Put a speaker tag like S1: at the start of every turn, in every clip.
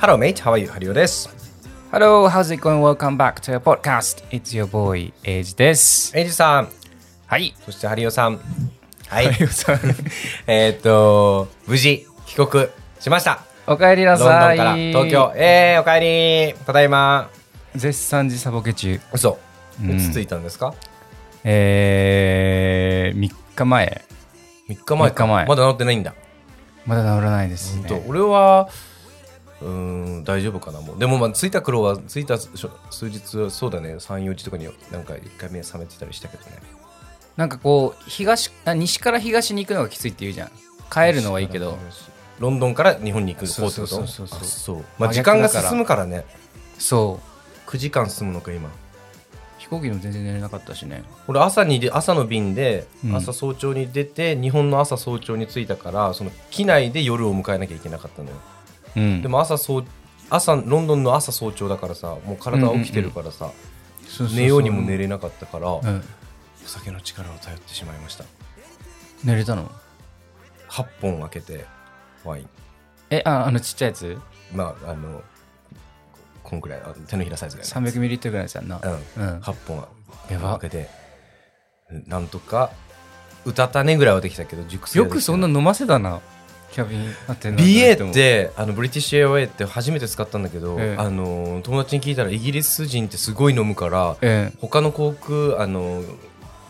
S1: Hello, mate. How are you? ハリオです。
S2: Hello, how's it going? Welcome back to your podcast. It's your boy, Age です。
S1: エイジさん、
S2: はい。
S1: そしてハリオさん。はい。
S2: さん
S1: えーっと、無事、帰国しました。
S2: おかえり
S1: ロ
S2: な
S1: ンドンか
S2: さい。
S1: ら東京。。えー、おかえり。ただいま。
S2: 絶賛時差ボケ中。
S1: 嘘。
S2: うん
S1: いつ着いたんですか、
S2: えー、3日前。
S1: ?3 日前か。
S2: 三日前
S1: まだ乗ってないんだ。
S2: まだ治らないです
S1: 本当、
S2: ね。
S1: 俺は、うーん、大丈夫かな。もう。でも、まあ、着いた頃は、着いたしょ数日は、そうだね、3、4時とかに、なんか1回目覚めてたりしたけどね。
S2: なんかこう、東、あ西から東に行くのがきついって言うじゃん。帰るのはいいけど、
S1: ロンドンから日本に行く方ってこと
S2: そうそうそうそう
S1: あそうまあ、
S2: 真
S1: 時
S2: 逆
S1: 間
S2: だ
S1: が
S2: から
S1: 進むからね
S2: そう。
S1: 9時間進むのか今
S2: 飛行機でも全然寝れなかったしね。
S1: 俺朝にで朝の便で
S2: うん
S1: 朝早朝に出て、日本の朝早朝に着いたからその機内で夜を迎えなきゃいけなかったのよ、
S2: うん。
S1: でも朝そう朝ロンドンの朝早朝だからさもう体は起きてるからさ、
S2: そうそうそう、
S1: 寝ようにも寝れなかったから、
S2: う
S1: お
S2: ん。
S1: 酒の力を頼ってしまいました
S2: 寝れたの
S1: 8本開けてワイン
S2: え、あ、あのちっちゃいやつ
S1: まああのこんくらいあ手のひらサイズがね
S2: ?300ml ぐらいのやつやんな。
S1: うん
S2: うん。
S1: 8本
S2: やば
S1: 開けてなんとかうたたねぐらいはできたけど熟成はで
S2: よ
S1: きて
S2: くそんな飲ませたな、キャビンアテナの人
S1: BA
S2: も
S1: ってあのブリティッシュエアウェイって初めて使ったんだけど、
S2: ええ
S1: あの友達に聞いたらイギリス人ってすごい飲むから
S2: ええ
S1: 他の航空あの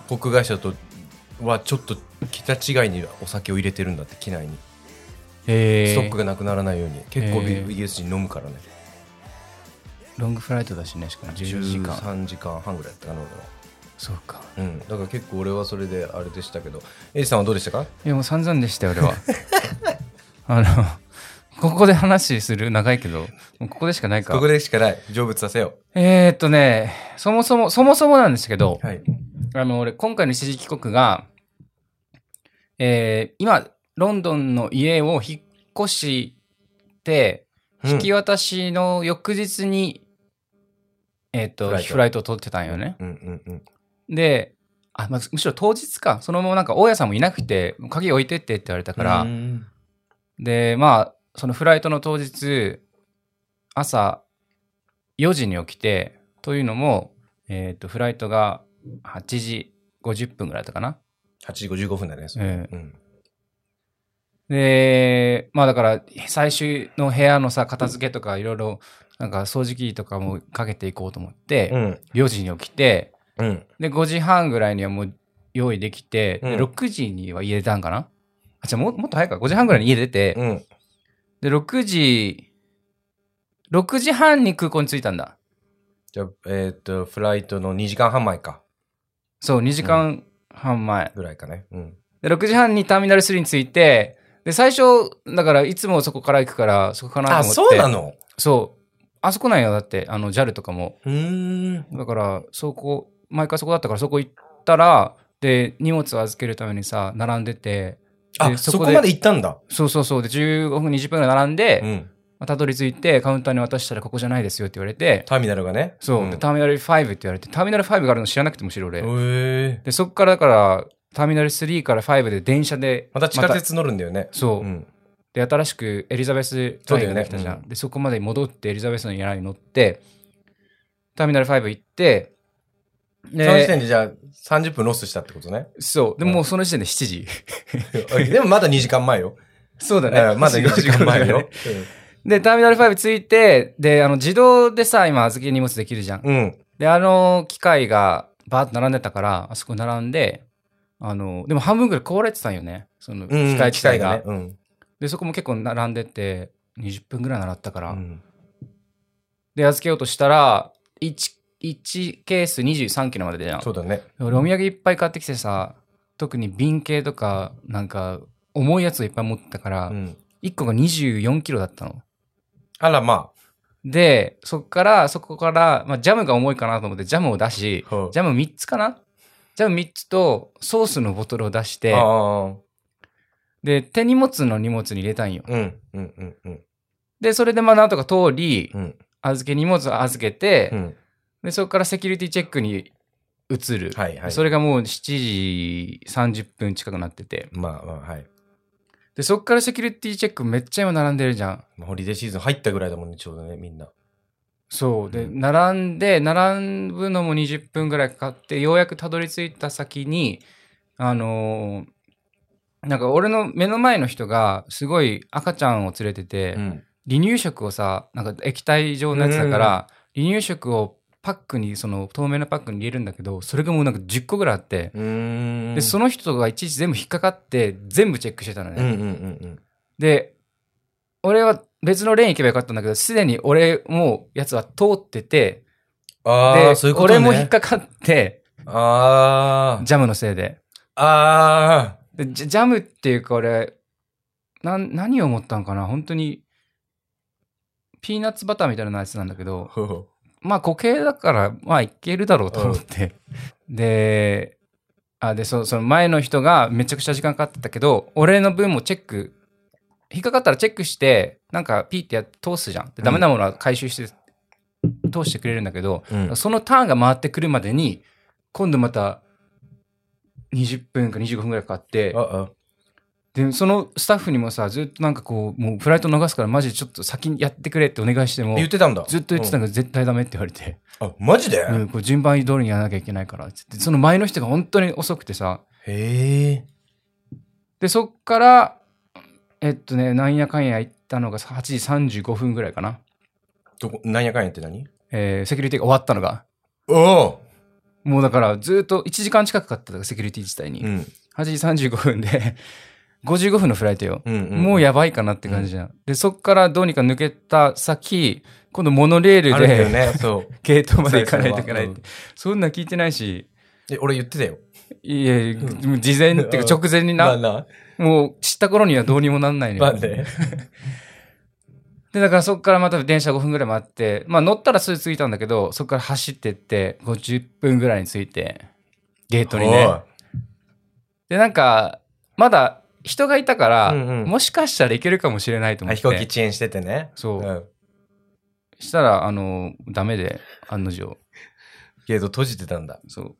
S1: 航空会社とはちょっと桁違いにお酒を入れてるんだって機内に
S2: ええ
S1: ストックがなくならないように結構
S2: ええ
S1: イギリス人飲むからね、
S2: ロングフライトだしねしかも14時間
S1: 13時間半ぐらいだったかな俺は
S2: そうか
S1: うん、だから結構俺はそれであれでしたけどエイジさんはどうでしたか
S2: いやもう散々でしたよ俺は あのここで話する長いけどもうここでしかないか
S1: ここでしかない成仏させよ
S2: えー、っとねそもそもそもそもなんですけど
S1: う、はい
S2: あの俺今回の一時帰国がえー、今ロンドンの家を引っ越して引き渡しの翌日に、えーっと
S1: フ
S2: フ
S1: ラ
S2: ラ
S1: イト
S2: イトを取ってたんよね、
S1: うんうんうん
S2: で、あ、まあ、むしろ当日か。そのままなんか大家さんもいなくて、鍵置いてってって言われたから、
S1: うん
S2: で、まあ、そのフライトの当日、朝4時に起きて、というのも、えっ、と、フライトが8時50分ぐらいだったかな。
S1: 8時55分だね、
S2: うん
S1: うん
S2: で、まあだから、最終の部屋のさ、片付けとかいろいろ、なんか掃除機とかもかけていこうと思って、
S1: うん
S2: 4時に起きて、
S1: うん
S2: で、5時半ぐらいにはもう用意できて、で
S1: うん
S2: 6時には家出たんかなあ、じゃももっと早いか。5時半ぐらいに家出て、
S1: うん
S2: で、6時、6時半に空港に着いたんだ。
S1: じゃあえーっとフライトの2時間半前か
S2: そう、2時間半前。
S1: ぐらいかねうん
S2: で、6時半にターミナル3に着いて、で、最初、だから、いつもそこから行くから、そこかなと思
S1: あ
S2: って。
S1: そうなの
S2: そう。あそこなんよ、だって、あの、JAL とかも。
S1: うーん
S2: だから、そこ、毎回そこだったから、そこ行ったら、で、荷物を預けるためにさ、並んでて、
S1: あ
S2: で
S1: そ
S2: そ
S1: こ
S2: こで
S1: まで行ったんだ
S2: そうそうそう。で、15分、20分ぐらい並んで、
S1: うん
S2: まあたどり着いて、カウンターに渡したらここじゃないですよって言われて、
S1: ターミナルがね
S2: そう、
S1: ん
S2: でターミナル5って言われて、ターミナル5があるの知らなくても知ろ俺、
S1: へー
S2: で、そこからだから、ターミナル3から5で電車で、
S1: また地下鉄乗るんだよね
S2: そう、
S1: うん
S2: で、新しくエリザベスラインができた
S1: そうだ
S2: じゃん。
S1: よね
S2: で、そこまで戻ってエリザベスのラインに乗って、ターミナル5行って、
S1: その時
S2: で、
S1: 点でじゃあ30分ロスしたってこと ね
S2: そう、で
S1: うん
S2: もうその時点で7時。
S1: でもまだ2時間前よ
S2: そうだ
S1: えー
S2: ね。
S1: まだ2時間前 よ
S2: で、ターミナル5着いて、で、あの、自動でさ、今預け荷物できるじゃん。
S1: うん
S2: で、あの機械がバーッと並んでたから、あそこ並んで、あの、でも半分ぐらい壊れてたんよね。そ
S1: う
S2: の
S1: ん
S2: 機械自体が。
S1: ねうん
S2: で、そこも結構並んでて、20分ぐらい習ったから。
S1: うん
S2: で、預けようとしたら、1、1ケース23キロまでじゃん。
S1: そうだね
S2: 俺お土産いっぱい買ってきてさ、特に瓶系とか、なんか、重いやつをいっぱい持ってたから、
S1: うん
S2: 1個が24キロだったの。
S1: あらま
S2: で、そっから、そこから、まあ、ジャムが重いかなと思って、ジャムを出し、
S1: あ
S2: ジャム3つかなジャム3つとソースのボトルを出して、
S1: ああ
S2: で、手荷物の荷物に入れたんよ。
S1: うんうんうんうん
S2: で、それでまあなんとか通り
S1: う、ん
S2: 預け荷物を預けて、
S1: うん
S2: で、そこからセキュリティチェックに移る。
S1: はいはい
S2: それがもう7時30分近くなってて。
S1: まあまあはい
S2: で、そっからセキュリティチェックめっちゃ今並んでるじゃん。
S1: まあホリデーシーズン入ったぐらいだもんね、ちょうどね、みんな。
S2: そう。で、
S1: うん
S2: 並んで、並ぶのも20分ぐらいかかって、ようやくたどり着いた先に、あのーなんか俺の目の前の人が、すごい赤ちゃんを連れてて、
S1: うん。
S2: 離乳食をさ、なんか液体状のやつだから、離乳食をパックに、その透明なパックに入れるんだけど、それがもうなんか10個ぐらいあって、
S1: うん。
S2: で、その人がいちいち全部引っかかって、全部チェックしてたのね。
S1: うんうんうん
S2: で、俺は別のレーン行けばよかったんだけど、すでに俺もうやつは通ってて、
S1: うん。あ
S2: で
S1: あ、そういうことね。
S2: 俺も引っかかって、
S1: ああ。
S2: ジャムのせいで。
S1: ああ。
S2: でジャジャムっていうか俺、なん、何を思ったのかな本当に、ピーナッツバターみたいなやつなんだけど、
S1: ほうほ
S2: まあ固形だから、まあいけるだろうと思って。で、あ、で、そその前の人がめちゃくちゃ時間かかってたけど、俺の分もチェック、引っかかったらチェックして、なんかピーってやっ通すじゃん。で、ダメなものは回収して、通してくれるんだけど、
S1: ううん
S2: そのターンが回ってくるまでに、今度また20分か25分ぐらいかかって
S1: あ、あ。
S2: で、そのスタッフにもさ、ずっとなんかこう、もうフライト逃すからマジちょっと先にやってくれってお願いしても
S1: 言、ってたんだ。
S2: ずっと言ってたんだけど、絶対ダメって言われて。
S1: うん。あ、マジで
S2: うん、これ順番通りにやらなきゃいけないからっつってその前の人が本当に遅くてさ
S1: へえ。
S2: でそっからえっとねなんやかんや行ったのが8時35分ぐらいかな、
S1: どこ、なんやかんやって何
S2: えーセキュリティが終わったのが
S1: おお
S2: もうだからずっと1時間近くかかったからセキュリティ自体に、
S1: うん。
S2: 8時35分で 55分のフライトよ、
S1: うん。
S2: もう
S1: や
S2: やばいかなって感じじゃん、でそっからどうにか抜けた先今度モノレー
S1: る
S2: ル
S1: あるんだよ
S2: で、
S1: ね。そう。
S2: ゲート まで行かないといけないって、
S1: うん
S2: そんなん聞いてないし
S1: え、俺言ってたよ。
S2: いやいやもう事前っていうか直前にな
S1: まあな。
S2: もう知った頃にはどうにもなんないの
S1: まあ
S2: よ。
S1: ね。
S2: で、だからそこからまた電車5分ぐらい待って、まあ乗ったらすぐ着いたんだけど、そこから走ってって、50分ぐらいに着いて、ゲートに
S1: お
S2: ね
S1: い。
S2: で、なんか、まだ人がいたから、
S1: うんうん
S2: もしかしたら行けるかもしれないと思
S1: あ
S2: って。
S1: 飛行機遅延しててね。
S2: そう
S1: うん
S2: したら、あの、ダメで、案の定。
S1: ゲート閉じてたんだ。
S2: そう。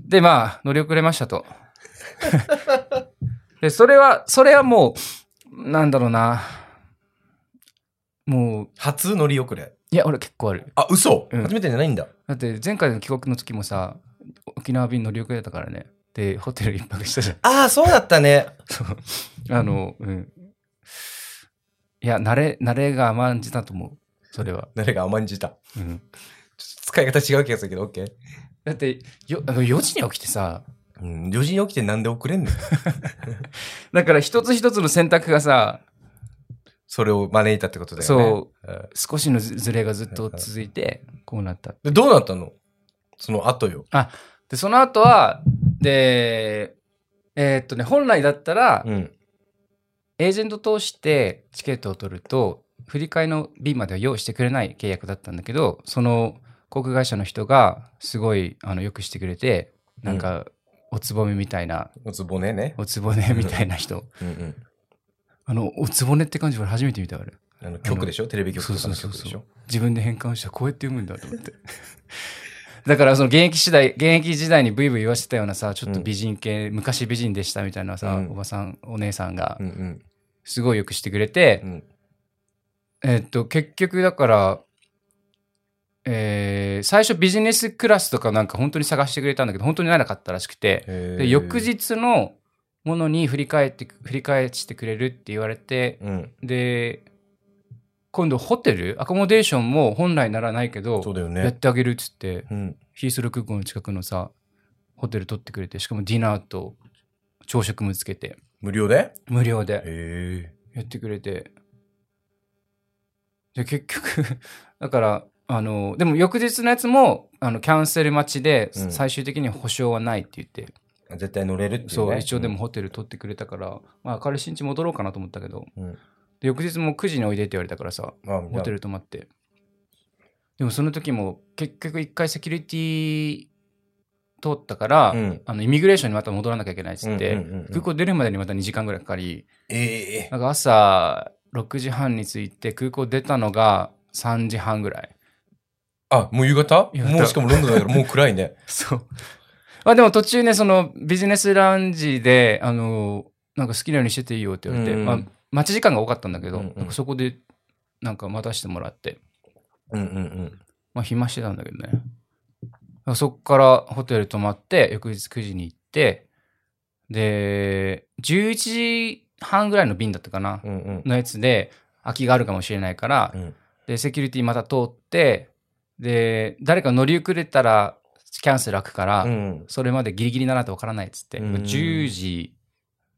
S2: で、まあ、乗り遅れましたと。 で、それは、それはもう、なんだろうな。もう、
S1: 初乗り遅れ。
S2: いや、俺結構ある。
S1: あ、嘘
S2: うん
S1: 初めてじゃないんだ。
S2: だって前回の帰国の時もさ沖縄便乗り遅れたからねでホテル一泊したじゃん
S1: ああ、そうだったね。
S2: そうあのうんいや慣れ慣れが甘んじたと思うそれは、
S1: 誰が甘んじた。
S2: うん、
S1: ちょっと使い方違う気がするけど、OK。
S2: だってよあの4時に起きてさ
S1: うん、4時に起きてなんで遅れんの
S2: だから一つ一つの選択がさ
S1: それを招いたってことだよね。
S2: そ
S1: うん
S2: 少しのずずれがずっと続いてこうなった
S1: で、どうなったのその後よ。
S2: でその後はでえーっとね本来だったら、
S1: うん。
S2: エージェント通してチケットを取ると、振り替えの便までは用意してくれない契約だったんだけど、その航空会社の人がすごいあのよくしてくれて、なんか、おつぼめみたいな、
S1: おつぼねね。
S2: おつぼねみたいな人。
S1: うんうん。
S2: あの、おつぼねって感じ俺初めて見たあれ。
S1: あの曲でしょテレビ局とかの
S2: そう
S1: 曲
S2: そう
S1: で
S2: そう
S1: し
S2: そう
S1: ょ
S2: 自分で変換したらこうやって読むんだと思って。 だからその現役時代、現役時代にブイブイ言わせてたようなさ、ちょっと美人系、昔美人でしたみたいなさ、
S1: うん
S2: おばさん、お姉さんが
S1: うんうん
S2: すごいよくしてくれて、
S1: うん。
S2: えっと、結局だから、えー最初ビジネスクラスとかなんか本当に探してくれたんだけど、本当にならなかったらしくて、
S1: で
S2: で、翌。日のものに振り返って、振り返してくれるって言われて、
S1: うん。
S2: で、今度ホテル、アコモデーションも本来ならないけど
S1: そう、だよ
S2: やっ
S1: ね。
S2: てあげるっつって、
S1: うん。
S2: ヒースロー空港の近くのさ、ホテル取ってくれて、しかもディナーと朝食もつけて、
S1: 無料で
S2: 無料で。
S1: へ
S2: やってくれて。で、結局、 だから、あの、でも翌日のやつも、あの、キャンセル待ちで、
S1: うん
S2: 最終的に保証はないって言って、
S1: え。絶対乗れるっていうね。
S2: そう、一応でも
S1: ん。
S2: ホテル取ってくれたから、まあ、彼新地戻ろうかなと思ったけど、
S1: うん
S2: で翌日も9時においでって言われたからさ、
S1: まあ、
S2: ホテル泊まって。でもその時も、結局一回セキュリティ通ったから、
S1: うん
S2: あの、イミグレーションにまた戻らなきゃいけないっつって、
S1: うんうんうんうん
S2: 空港出るまでにまた2時間ぐらいかかり、
S1: ええ。
S2: なんか朝6時半に着いて空港出たのが3時半ぐらい。
S1: あ、もう夕方
S2: 夕方
S1: もうしかもロンドンだからもう暗いね。
S2: そう。まあでも途中ね、そのビジネスラウンジで、あの、なんか好きなようにしてていいよって言われて、
S1: うん
S2: まあ、待ち時間が多かったんだけど、
S1: うんうん
S2: なんかそこでなんか待たせてもらって、
S1: うんうんうん。
S2: まあ、暇してたんだけどね。だからそこからホテル泊まって、翌日9時に行って、で、11時半ぐらいの便だったかな、
S1: うんうん。
S2: のやつで、空きがあるかもしれないから、
S1: うん
S2: で、セキュリティまた通って、で、誰か乗り遅れたらキャンセル開くから、
S1: うん
S2: それまでギリギリだなってわからないっつって、
S1: うん
S2: 10時、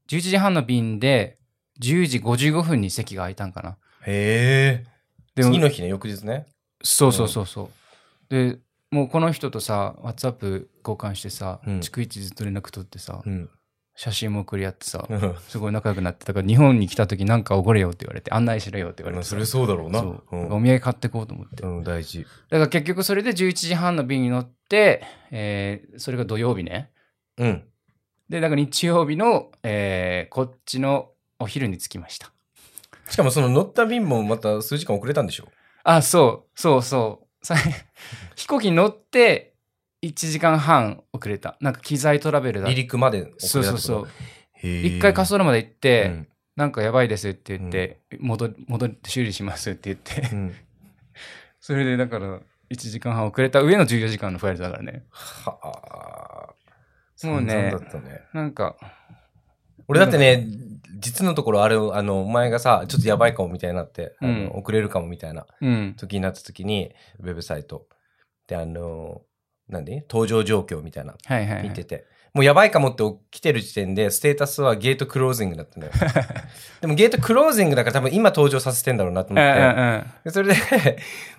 S2: 11時半の便で、10時55分に席が空いたんかな。
S1: へえ。
S2: で
S1: 次の日ね、翌日ね。
S2: そうそうそうそう。で、もうこの人とさ、WhatsApp 交換してさ、
S1: うん
S2: 逐一ずっと連絡取ってさ、
S1: うん。
S2: 写真も送り合ってさ、
S1: うん
S2: すごい仲良くなって、だから日本に来た時なんかおごれよって言われて、案内しろよって言われてさ。
S1: それそうだろうな。
S2: そう
S1: うん
S2: お土産買ってこうと思って。
S1: うん、大事。
S2: だから結局それで11時半の便に乗って、えーそれが土曜日ね。
S1: うん。
S2: で、だから日曜日の、えーこっちのお昼に着きました。
S1: しかもその乗った便もまた数時間遅れたんでしょ
S2: あ、そう、そうそう。 さ飛行機に乗って1時間半遅れた。なんか機材トラベルだ
S1: 離陸まで遅
S2: そう
S1: れた
S2: そう
S1: ってこと
S2: そう。
S1: へえ
S2: 一回滑走路まで行って、
S1: うん
S2: なんかやばいですって言って、戻戻って修理しますって言って、
S1: うん
S2: それでだから1時間半遅れた上の14時間のフライトだからね。
S1: はあ。
S2: もうね
S1: 散々だったね。
S2: なんか、
S1: 俺だってね、実のところあれを、あの、お前がさ、ちょっとやばいかもみたいになって、あの
S2: うん
S1: 遅れるかもみたいな
S2: うん。
S1: 時になった時に、ウェブサイト。で、あの、なんで登場状況みたいな、
S2: はいはい、はい。
S1: 見てて。もうやばいかもって起きてる時点で、ステータスはゲートクロージングだったのよ。でもゲートクロージングだから多分今登場させてんだろうなと
S2: うんう
S1: 思って。
S2: ん
S1: でそれで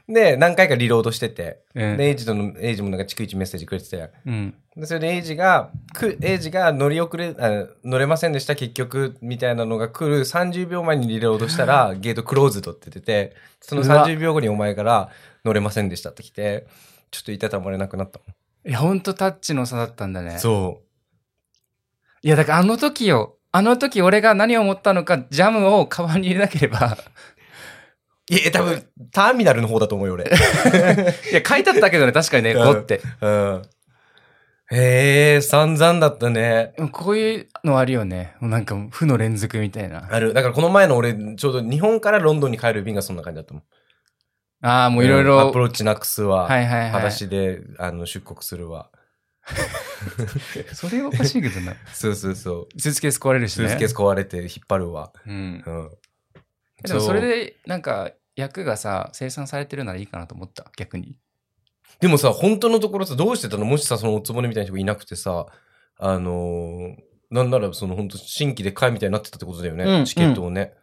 S1: で何回かリロードしてて、
S2: うん。
S1: でエイジとのエイジもなんか逐一メッセージくれてて
S2: うん。
S1: でそれでエイジがくエイジが乗り遅れあ乗れませんでした結局みたいなのが来る30秒前にリロードした らゲートクローズドって出ててその
S2: うわ
S1: 30秒後にお前から乗れませんでしたって来てちょっといたたまれなくなったもん
S2: いや、ほんとタッチの差だったんだね。
S1: そ
S2: いや、だからあの時よ。あの時俺が何を思ったのか、ジャムをカバンに入れなけれ ば。
S1: ういや多分ターミナルの方だと思うよ俺
S2: いや、書いてあったけどね、確かにね、
S1: うん
S2: 5って。
S1: うんへえ散々だったね
S2: でもこういうのあるよね。もうなんか、負の連続みたいな。
S1: ある。だからこの前の俺、ちょうど日本からロンドンに帰る便がそんな感じだったもん。
S2: ああ、もういろ
S1: う
S2: い
S1: んア
S2: ろ。
S1: プローチなくすわ。
S2: はいはいはい。
S1: 裸足であの出国するわ。
S2: それはおかしいけど な。
S1: そうそうそう。
S2: スーツケース壊れるし
S1: ス
S2: ね。
S1: ーツケース壊れて引っ張るわ。
S2: うん。
S1: うん。
S2: でも
S1: う
S2: それで、なんか、役がさ、生産されてるならいいかなと思った、逆に。
S1: でもさ、本当のところさ、どうしてたのもしさ、そのおつぼねみたいな人がいなくてさ、あのーなんならその本当新規で買いみたいになってたってことだよね。
S2: うん
S1: チケットをね。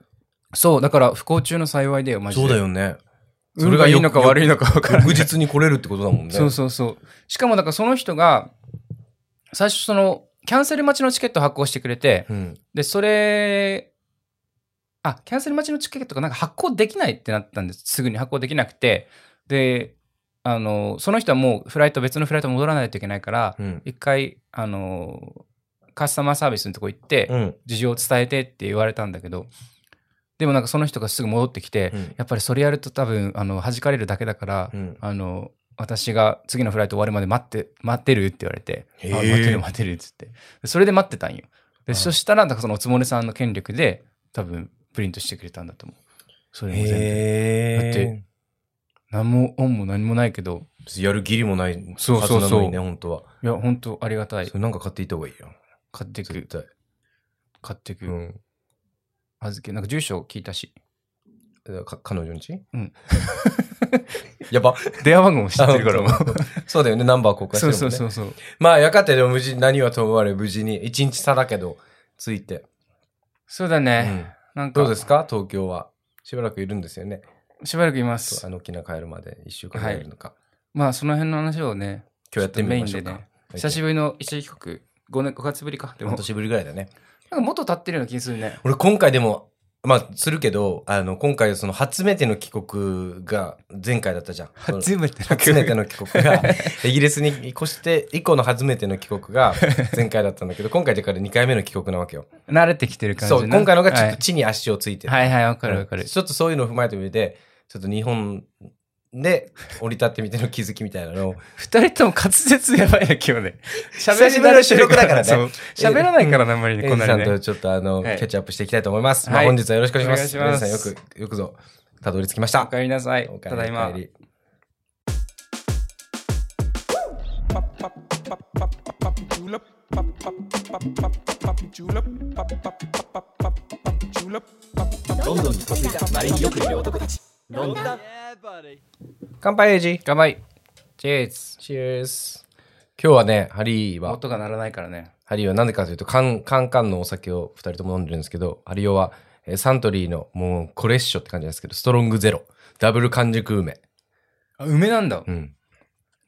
S2: そう、だから不幸中の幸いだよ、マジで。
S1: そうだ。よね。
S2: それがいいのか悪い
S1: の
S2: のか分から
S1: 翌
S2: ない。
S1: 日に来れるってことだもんね。
S2: そうそうそう。しかも、だからその人が、最初その、キャンセル待ちのチケットを発行してくれて、
S1: うん。
S2: で、それ、あ、キャンセル待ちのチケットがなんか発行できないってなったんです。すぐに発行できなくて。で、あの、その人はもうフライト、別のフライト戻らないといけないから、
S1: うん。
S2: 一回、あの、カスタマーサービスのとこ行って
S1: う、ん。
S2: 事情を伝えてって言われたんだけど、でもなんかその人がすぐ戻ってきて、
S1: うん
S2: やっぱりそれやると多分、あの、弾かれるだけだから、
S1: うん。
S2: あの、私が次のフライト終わるまで待って、待ってるって言われて、あ
S1: へー
S2: 待ってる待ってるっつって。でそれで待ってたんよ。
S1: あ
S2: で、そしたら、なんかそのおつもねさんの権力で、多分、プリントしてくれたんだと思う。それも全部。
S1: へ
S2: だって何も、恩も何もないけど、
S1: やる義理もないはず
S2: そうそうそう
S1: なのにね、本当は。
S2: いや、本当ありがたい
S1: そ。れなんか買っていった方がいいよ。
S2: 買って
S1: 絶
S2: く、
S1: 対。
S2: 買ってく、
S1: うん。
S2: 預け、なんか住所聞いたし、
S1: か彼女んち
S2: うん。
S1: やば。
S2: 電話番号も知ってるからもう。
S1: そうだよね、ナンバー公開して
S2: そう
S1: るもんね。
S2: そうそうそう。
S1: まあ、よかったよ、でも無事、何はともあれ、無事に。一日差だけど、ついて。
S2: そうだ
S1: う
S2: ね。
S1: ん
S2: なんか、
S1: どうですか、東京は。しばらくいるんですよね。
S2: しばらくいま
S1: そう
S2: す。
S1: あの、沖縄帰るまで一週間ぐらいいるのか。
S2: まあ、その辺の話をね、
S1: 今日やってみましょう
S2: ちょっとメイン
S1: か
S2: でね。久しぶりの一時帰国、5年、5月ぶりか。でも
S1: 半、年ぶりぐらいだね。
S2: なんか元立ってるような気がするね。
S1: 俺、今回でも、まあ、するけど、あの、今回、その、初めての帰国が、前回だったじゃん。
S2: めて
S1: 初めての帰国が、イギリスに越して以降の初めての帰国が前回だったんだけど、今回だから2回目の帰国なわけよ。
S2: 慣れてきてる感じ
S1: そう、今回のがちょっと
S2: と
S1: 地に足をついてる。
S2: はいはいはいわかるわかる
S1: うん。ちょっとそういうのを踏まえてみて、ちょっと日本で、降り立ってみての気づきみたいな のを。
S2: 二人とも滑舌やばいね、今日ね。
S1: 久しぶりの収録だからね
S2: そう喋らないからな、あんまりね、
S1: エ
S2: こ
S1: イ
S2: ん
S1: ジ
S2: な
S1: さ
S2: に
S1: んと。
S2: ね
S1: ちょっとあの、
S2: はい
S1: キャッチアップしていきたいと思います。ま
S2: は
S1: あ
S2: い
S1: 本日はよろしくお願いします。
S2: お願いします
S1: 皆さんよく、よくぞ、たどり着きまし
S2: お
S1: た。
S2: かえりなさい。
S1: お帰
S2: た
S1: り
S2: だいま
S1: お帰。り
S3: ロンドンに嫁いだマリンよくいる男たちロンドン
S1: 乾杯、エイジ。
S2: 乾杯。チェーズ。
S1: チーズ。今日はね、ハリーは、
S2: 音が鳴らないからね。
S1: ハリーはなんでかというと、カンカンカンのお酒を二人とも飲んでるんですけど、ハリオは、えーサントリーのもうこれっしょって感じなんですけど、ストロングゼロ、ダブル完熟梅。
S2: あ、梅なんだ
S1: う。ん。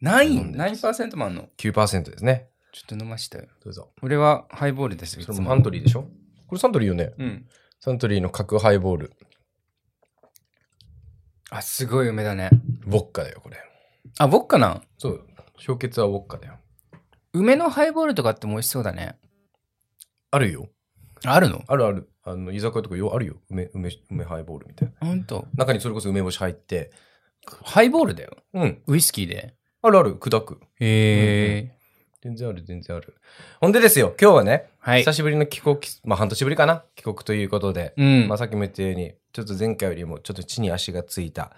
S2: ない
S1: 飲んで
S2: 何パーセントもあんの
S1: 9%ですね。
S2: ちょっと飲ましたよ。
S1: どうぞ。
S2: 俺はハイボールですよ、い
S1: そ
S2: つ
S1: れもサ
S2: も
S1: ン。トリーでしょこれサントリーよね。
S2: うん。
S1: サントリーの角ハイボール。
S2: あ、すごい梅だね。
S1: ウォッカだよ、これ。
S2: あ、僕かな
S1: そう。氷結はウォッカだよ。
S2: 梅のハイボールとかっても美味しそうだね。
S1: あるよ。
S2: あるの
S1: あるある。あの、居酒屋とかよ、あるよ。梅、梅、梅ハイボールみたいな。
S2: ほんと。
S1: 中にそれこそ梅干し入って。
S2: ハイボールだよ。
S1: うん。
S2: ウイスキーで。
S1: あるある。砕く。
S2: へえ、
S1: 全然ある、全然ある。ほんでですよ、今日はね、
S2: はい
S1: 久。しぶりの帰国、まあ半年ぶりかな。帰国ということで、
S2: うん
S1: まあ。さっきも言ったように、ちょっと前回よりもちょっと地に足がついた、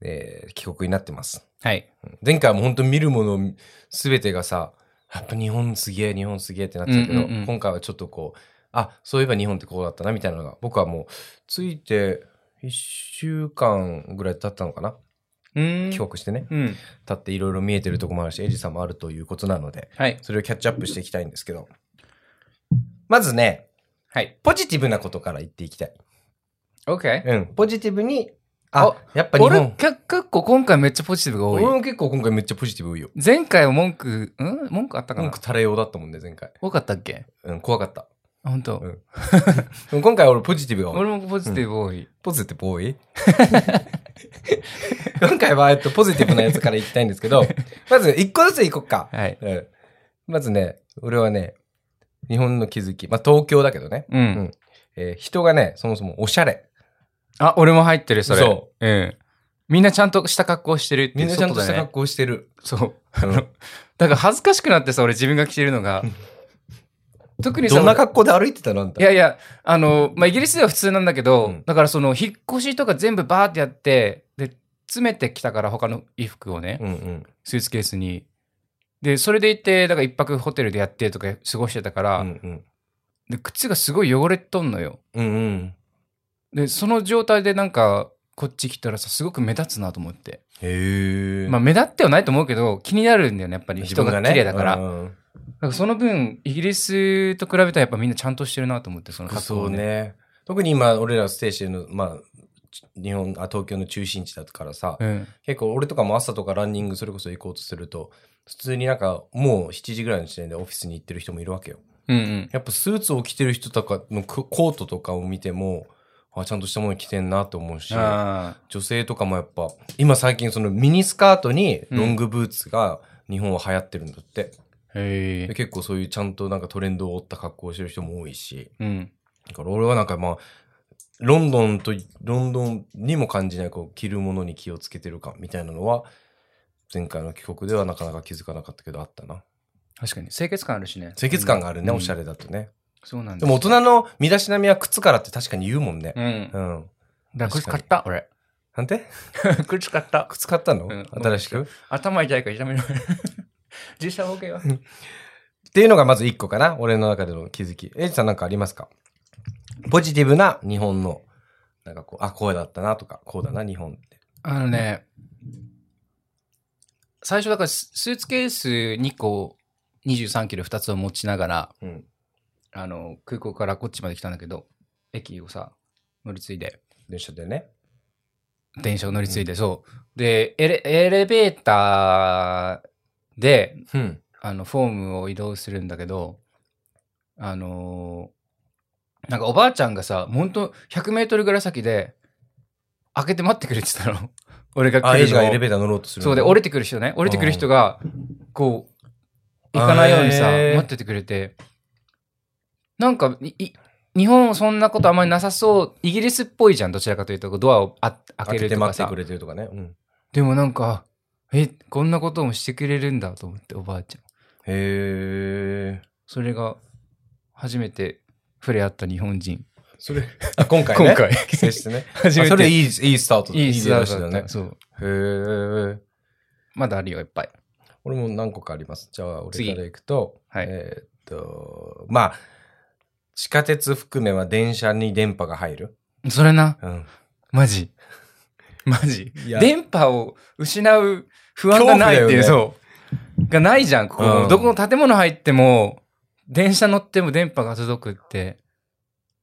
S1: えー帰国になってます。
S2: はい。
S1: 前回はもう本当見るもの全てがさやっぱ日本すげえ日本すげえってなってたけど、
S2: うんうんうん
S1: 今回はちょっとこうあそういえば日本ってこうだったなみたいなのが僕はもうついて1週間ぐらい経ったのかな
S2: うん
S1: 帰国してね
S2: うん。
S1: 経っていろいろ見えてるとこもあるしエイジさんもあるということなので
S2: はい。
S1: それをキャッチアップしていきたいんですけどまずね
S2: はい。
S1: ポジティブなことから言っていきたい。
S2: OK。
S1: うん、ポジティブにあ
S2: お
S1: やっぱ日
S2: 俺
S1: 本、
S2: け結構今回めっちゃポジティブが多
S1: 俺
S2: い。
S1: も結構今回めっちゃポジティブ多いよ。
S2: 前回は文句、うん文句あったか
S1: 文
S2: な
S1: 句垂れようだったもんね前回。
S2: 多かったっけ
S1: うん、怖かった。
S2: あほんと
S1: うん。でも今回俺ポジティブが多い
S2: 俺もポジティブ多い。
S1: ポジティブ多い 今回は、えっと、ポジティブなやつからいきたいんですけ ど、まず一個ずついこっか。
S2: はい。
S1: うんまずね、俺はね、日本の気づき。まあ、東京だけどね。
S2: うん。
S1: うんえー人がね、そもそもおしゃれ。
S2: あ、俺も入ってる、それ。
S1: そ
S2: うん。みんなちゃんとした格好してるって
S1: み
S2: い
S1: ん
S2: う
S1: な
S2: こ
S1: ちゃん
S2: と
S1: と
S2: だ
S1: した
S2: ね
S1: 格。好して る。
S2: そう。
S1: あの
S2: だから恥ずかしくなってさ、俺自分が着てるのが。特にさ、
S1: どんな格好で歩いてたのあんた
S2: いやいや、あの、まあ、イギリスでは普通なんだけ
S1: う
S2: ど、
S1: ん
S2: だからその、引っ越しとか全部バーってやって、で、詰めてきたから、他の衣服をね、
S1: うんうん。
S2: スーツケースに。で、それで行って、だから一泊ホテルでやってとか過ごしてたから、
S1: うんうん。
S2: で、靴がすごい汚れとんのよ。
S1: うんうん。
S2: で、その状態でなんか、こっち来たらさ、すごく目立つなと思って。
S1: へえ。
S2: まあ、目立ってはないと思うけど、気になるんだよね、やっぱり。
S1: 自
S2: 人
S1: 分
S2: が
S1: ね
S2: 綺麗だから。
S1: うん
S2: だからその分、イギリスと比べたらやっぱみんなちゃんとしてるなと思って、その格好
S1: そ
S2: を
S1: う。ね。特に今、俺らステーションの、まあ、ち日本、あ、東京の中心地だからさ、
S2: うん。
S1: 結構俺とかも朝とかランニングそれこそ行こうとすると、普通になんかもう7時ぐらいの時点でオフィスに行ってる人もいるわけよ。
S2: うんうん。
S1: やっぱスーツを着てる人とかのココートとかを見ても、あ、ちゃんとしたもの着てんなと思うし、
S2: あ
S1: 女性とかもやっぱ、今最近そのミニスカートにロングブーツが日本は流行ってるんだって。
S2: あ。へ
S1: で
S2: え。
S1: 結構そういうちゃんとなんかトレンドを追った格好をしてる人も多いし、
S2: うん。
S1: だから俺はなんかまあ、ロンドンと、ロンドンにも感じない、こう、着るものに気をつけてるか、みたいなのは、前回の帰国ではなかなか気づかなかったけど、あったな。
S2: 確かに。清潔感あるしね。
S1: 清潔感があるね、
S2: うん
S1: おしゃれだとね。
S2: そうなん
S1: でも大人の身だしなみは靴からって確かに言うもんね。
S2: うん。
S1: うん。
S2: だか
S1: 確
S2: ら靴
S1: か
S2: 買
S1: に
S2: った、 俺。
S1: なんて
S2: 靴買った。
S1: 靴買ったの、
S2: うん
S1: 新しくっ
S2: 頭痛いから痛めない。 実際 OK よ。
S1: ていうのがまず一個かな。俺の中での気づき。エイジさんなんかありますかポジティブな日本の、なんかこう、あ、こうだったなとか、こうだな、日本って。
S2: あのね、最初だからススーツケース2個、23キロ2つを持ちながら、
S1: うん。
S2: あの、空港からこっちまで来たんだけど、駅をさ、乗り継いで、
S1: 電車でね。
S2: 電車を乗り継いで、そう。で、エレエレベーターで、
S1: うん。
S2: あの、フォームを移動するんだけど、あのーなんかおばあちゃんがさ、ほんと100メートルぐらい先で、開けて待ってくれてたの。 俺が
S1: あ、エイ
S2: 来る
S1: ジ
S2: の
S1: が
S2: を
S1: エレベーター乗ろうとするの
S2: そうで、降りてくる人ね。降りてくる人が、こう、
S1: うん
S2: 行かないようにさ、
S1: へー
S2: 待っててくれて。なんか、いい日本そんなことあんまりなさそう。イギリスっぽいじゃん、どちらかというと。ドアをあ開け
S1: 開け
S2: る
S1: て
S2: とか
S1: 待って
S2: さ
S1: く。れてるとかね。うん。
S2: でもなんか、え、こんなこともしてくれるんだと思って、おばあちゃん。
S1: へえ。
S2: それが、初めて触れ合った日本人。
S1: それ、あ、今回ね。
S2: 今回。
S1: 帰省してね。
S2: 初
S1: あ
S2: めて。
S1: それいい、いいスタート
S2: いいスタ
S1: 出だ
S2: ートだ
S1: ね
S2: った。。そう。
S1: へえ。
S2: まだあるよ、いっぱい。
S1: 俺も何個かあります。じゃあ、俺
S2: 次
S1: からいくと、
S2: はい
S1: えーっと、まあ、地下鉄含めは電車に電波が入る。
S2: それな、
S1: うん。
S2: マジ。マジ。
S1: いや
S2: 電波を失う不安がないっていう、
S1: 恐
S2: そう。がないじゃん、ここ。
S1: うん
S2: どこの建物入っても、電車乗っても電波が届くって、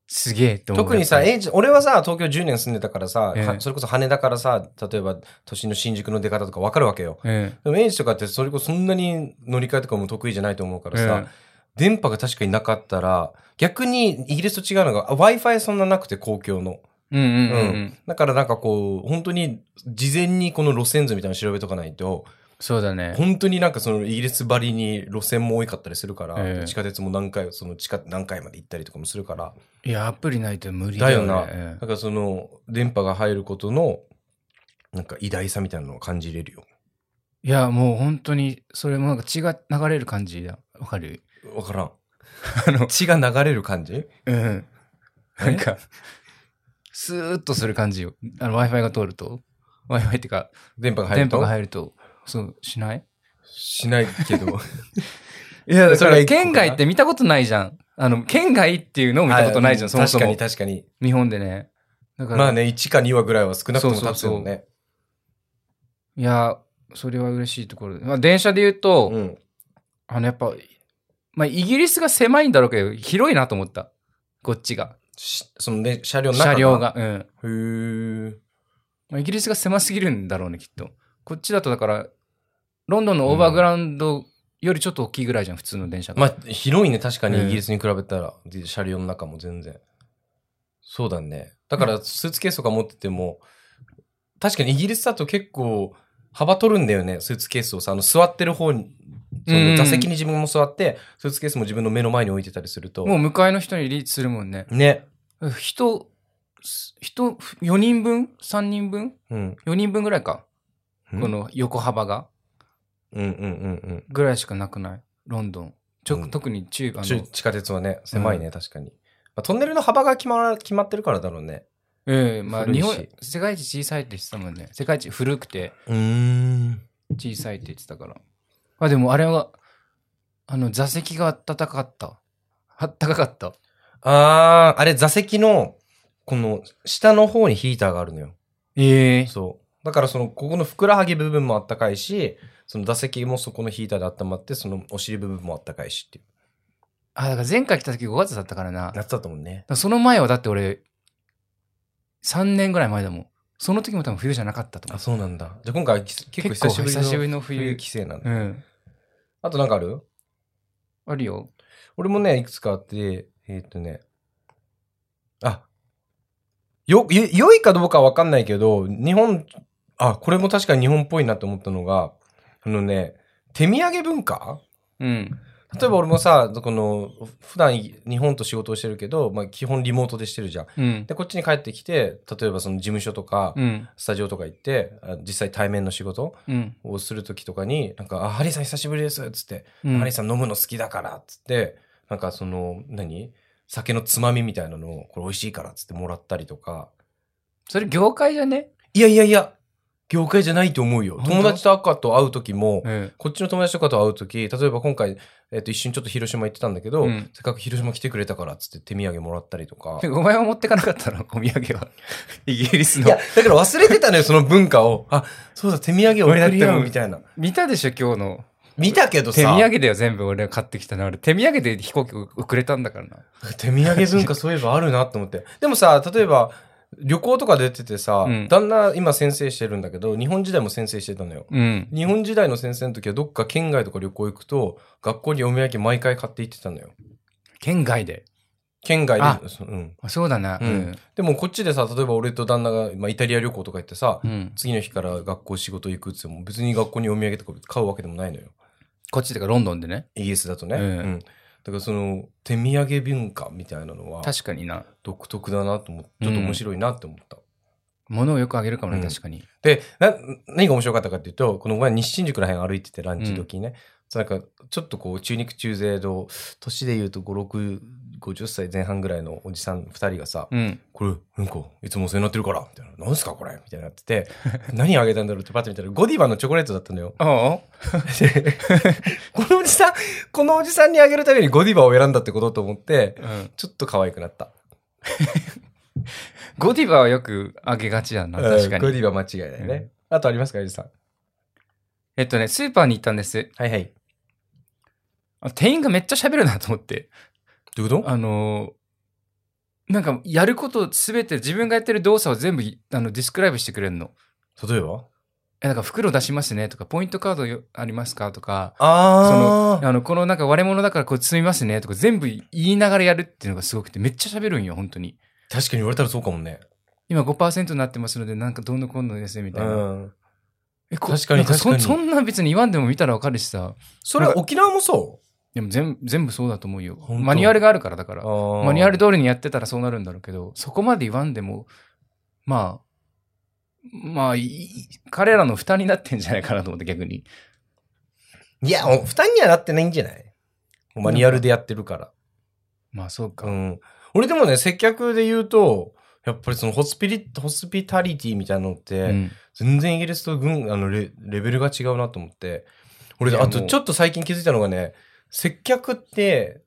S2: すげえと思う。
S1: 特にさ、
S2: や
S1: え
S2: っ
S1: い俺はさ、東京10年住んでたからさ、
S2: ええ
S1: はそれこそ羽田からさ、例えば都心の新宿の出方とかわかるわけよ。
S2: ぱり、え
S1: でも、エイジとかってそれこそそんなに乗り換えとかも得意じゃないと思うからさ、
S2: ええ
S1: 電波が確かになかったら、逆にイギリスと違うのが、Wi-Fi そんななくて公共の。
S2: えうんうんうん。う、
S1: うんだからなんかこう、本当に事前にこの路線図みたいなの調べとかないと、
S2: そうだね。
S1: 本当になんかそのイギリスばりに路線も多かったりするから、
S2: ええ
S1: 地下鉄も何回、その地下何回まで行ったりとかもするから、
S2: いや、アプリないと無理
S1: だ
S2: だよ
S1: よ
S2: ね。
S1: な。
S2: え
S1: だからその電波が入ることの、なんか偉大さみたいなのを感じれるよ。
S2: えいや、もう本当に、それもなんか血が流れる感じだ。わかる
S1: わから ん。血が流れる感じ
S2: うん。なんか、スーッとする感じよ。あの、Wi-Fi が通ると。Wi-Fi ってか、
S1: 電波が入
S2: 電
S1: ると
S2: 波が入ると。そう、しない
S1: しないけ ど。
S2: いや、だ
S1: それ
S2: か
S1: が
S2: ら、
S1: 一個かな
S2: 県外って見たことないじゃん。あの、県外っていうのを見たことないじゃん、そもそも
S1: 確。かに確かに。
S2: 日本でね。だから、
S1: まあね、1か2話ぐらいは少なくとも経つよね。
S2: いや、それは嬉しいところで。まあ、電車で言うと、
S1: うん
S2: あの、やっぱ、まあ、イギリスが狭いんだろうけど、広いなと思った。こっちが。
S1: しそのね、車両の中
S2: 車両。が。うん。
S1: へー
S2: まあ、イギリスが狭すぎるんだろうね、きっと。こっちだとだから、ロンドンのオーバーグラウンドよりちょっと大きいぐらいじゃん、普通の電車が。
S1: まあ、広いね、確か
S2: う
S1: に
S2: ん
S1: イギリスに比べたら、で車両の中も全然。そうだね。だから、スーツケースとか持ってても、確かにイギリスだと結構、幅取るんだよね、スーツケースをさ、あの、座ってる方に、そ
S2: うん
S1: の座席に自分も座って、スーツケースも自分の目の前に置いてたりすると、
S2: もう向かいの人にリーチするもんね。
S1: ね。
S2: 人、す人、4人分 ?3 人分
S1: うん。
S2: ?4 人分ぐらいか。
S1: うん
S2: この横幅が。
S1: うんうんうん
S2: ぐらいしかなくないロンドン。ちょ
S1: うん
S2: 特に中、あ
S1: うん。ち
S2: の、
S1: 地下鉄はね、狭いね、確かに。まあ、トンネルの幅が決まら決まってるからだろうね。
S2: ええまあ
S1: 古い
S2: 日
S1: し
S2: 本、世界一小さいって言ってたもんね。世界一古くて
S1: うん。
S2: 小さいって言ってたから。あ、でもあれは、あの、座席が暖かかった。あったかかった。
S1: あー、あれ座席の、この、下の方にヒーターがあるのよ。
S2: ええ
S1: そう。だからその、ここのふくらはぎ部分もあったかいし、その座席もそこのヒーターで温まって、そのお尻部分もあったかいしっていう。
S2: あ、だから前回来た時5月だったからな。だか
S1: 夏だったもんね。
S2: らその前はだって俺、3年ぐらい前だもん。その時も多分冬じゃなかったと
S1: あ、
S2: か。
S1: そうなんだ。じゃあ今回結構
S2: 結
S1: 久しぶ
S2: 構
S1: りの
S2: 久しぶりの冬。
S1: 規制なんだ。
S2: うん。
S1: あとなんかある
S2: あるよ。
S1: 俺もね、いくつかあって、えーっとね、あ、よ、よ良いかどうかはわかんないけど、日本、あ、これも確かに日本っぽいなと思ったのが、あのね、手土産文化
S2: うん。
S1: 例えば俺もさ、この、普段日本と仕事をしてるけど、まあ基本リモートでしてるじゃん。
S2: うん。
S1: で、こっちに帰ってきて、例えばその事務所とか
S2: う、ん。
S1: スタジオとか行って、あ実際対面の仕事
S2: うん。
S1: をするときとかに、なんか、あ、ハリーさん久しぶりですっつって、
S2: うん
S1: ハリーさん飲むの好きだからっつって、なんかその、何酒のつまみみたいなのを、これ美味しいからっつってもらったりとか、
S2: それ業界じゃね
S1: いやいやいや、業界じゃないと思うよ。
S2: 本当
S1: 友達と赤と会うときも、
S2: うん。
S1: こっちの友達とかと会うとき、例えば今回、えっと一瞬ちょっと広島行ってたんだけど、
S2: うん
S1: せっかく広島来てくれたからっつって手土産もらったりと か。
S2: お前は持ってかなかったの お土産は。イギリス
S1: いや
S2: の。、
S1: だから忘れてたのよ、その文化を。あ、そうだ、手土産を送り合うみたいな。
S2: 見たでしょ今日の。
S1: 見たけど
S2: 手
S1: さ、
S2: 土産だよ、全部俺が買ってきたの。俺、手土産で飛行機遅れたんだからな。
S1: 手土産文化そういえばあるなと思って。でもさ、例えば、旅行とか出ててさ、
S2: うん
S1: 旦那今先生してるんだけど、日本時代も先生してたのよ。
S2: うん。
S1: 日本時代の先生の時はどっか県外とか旅行行くと、学校にお土産毎回買って行ってたのよ。
S2: 県外で。
S1: 県外
S2: あ
S1: で、そうん。
S2: あそうだな。
S1: うんでもこっちでさ、例えば俺と旦那が、まあ、イタリア旅行とか行ってさ、
S2: うん。うん。
S1: 次の日から学校仕事行くっつっても別に学校にお土産とか買うわけでもないのよ
S2: こっちとかロンドンでね。
S1: イギリスだとね、
S2: うん
S1: うんだからその手土産文化みたいなのは
S2: 確かにな。
S1: 独特だなと思ってちょっと面白いなって思った、
S2: 物をよくあげるかもね、
S1: うん
S2: 確かに。
S1: で、な、何が面白かったかっていうと、この前、西新宿ら辺歩いてて、ランチ時にね、そうなんか、ちょっとこう、中肉中背の、年で言うと5、6、50歳前半ぐらいのおじさん2人がさ、
S2: うん。
S1: これ、なんか、いつもお世話になってるから、みたいな、何すかこれみたいになってて、何あげたんだろうってパッて見たら、ゴディバのチョコレートだったの よ。
S2: ああ
S1: でこのおじさん、このおじさんにあげるためにゴディバを選んだってことと思って、
S2: うん。
S1: ちょっと可愛くなった。
S2: ゴディバはよくあげがちやな、確か
S1: うんゴ
S2: に。
S1: ディバ間違いないね。あとありますか、エイジさん。
S2: えっとね、スーパーに行ったんです。
S1: はいはい。
S2: あ店員がめっちゃ喋るなと思って。
S1: どういうこと
S2: あのーなんか、やることすべて、自分がやってる動作を全部あのディスクライブしてくれるの。
S1: 例えば
S2: え、なんか、袋出しますねとか、ポイントカードよありますかとか、そ
S1: あ
S2: の、あの、このなんか割れ物だからこれ積みますねとか、全部言いながらやるっていうのがすごくて、めっちゃ喋るんよ、本当に。
S1: 確かに言われたらそうかもね。
S2: 今5%になってますので、なんかどうのこうのですね、みた
S1: う
S2: いな。
S1: ん。
S2: えこ
S1: 確かに
S2: なんそ
S1: 確かに
S2: そんな別に言わんでも見たらわかるしさ。
S1: それは沖縄もそ
S2: でも全部全部そうだと思うよ。
S1: 本当
S2: マニュアルがあるからだか
S1: う
S2: ら。
S1: マ
S2: マニュアル通りにやってたらそうなるんだろうけど、そこまで言わんでも、まあ、まあ、いい彼らの負担になってんじゃないかなと思って逆に。
S1: いや、お負担にはなってないんじゃないマニュアルでやってるから。
S2: まあそうか。
S1: うん。俺でもね、接客で言うと、やっぱりそのホスピリ、ホスピタリティみたいなのって、
S2: うん
S1: 全然イギリスと軍あのレレベルが違うなと思って。俺、
S2: いや
S1: あと
S2: もう
S1: ちょっと最近気づいたのがね、接客って、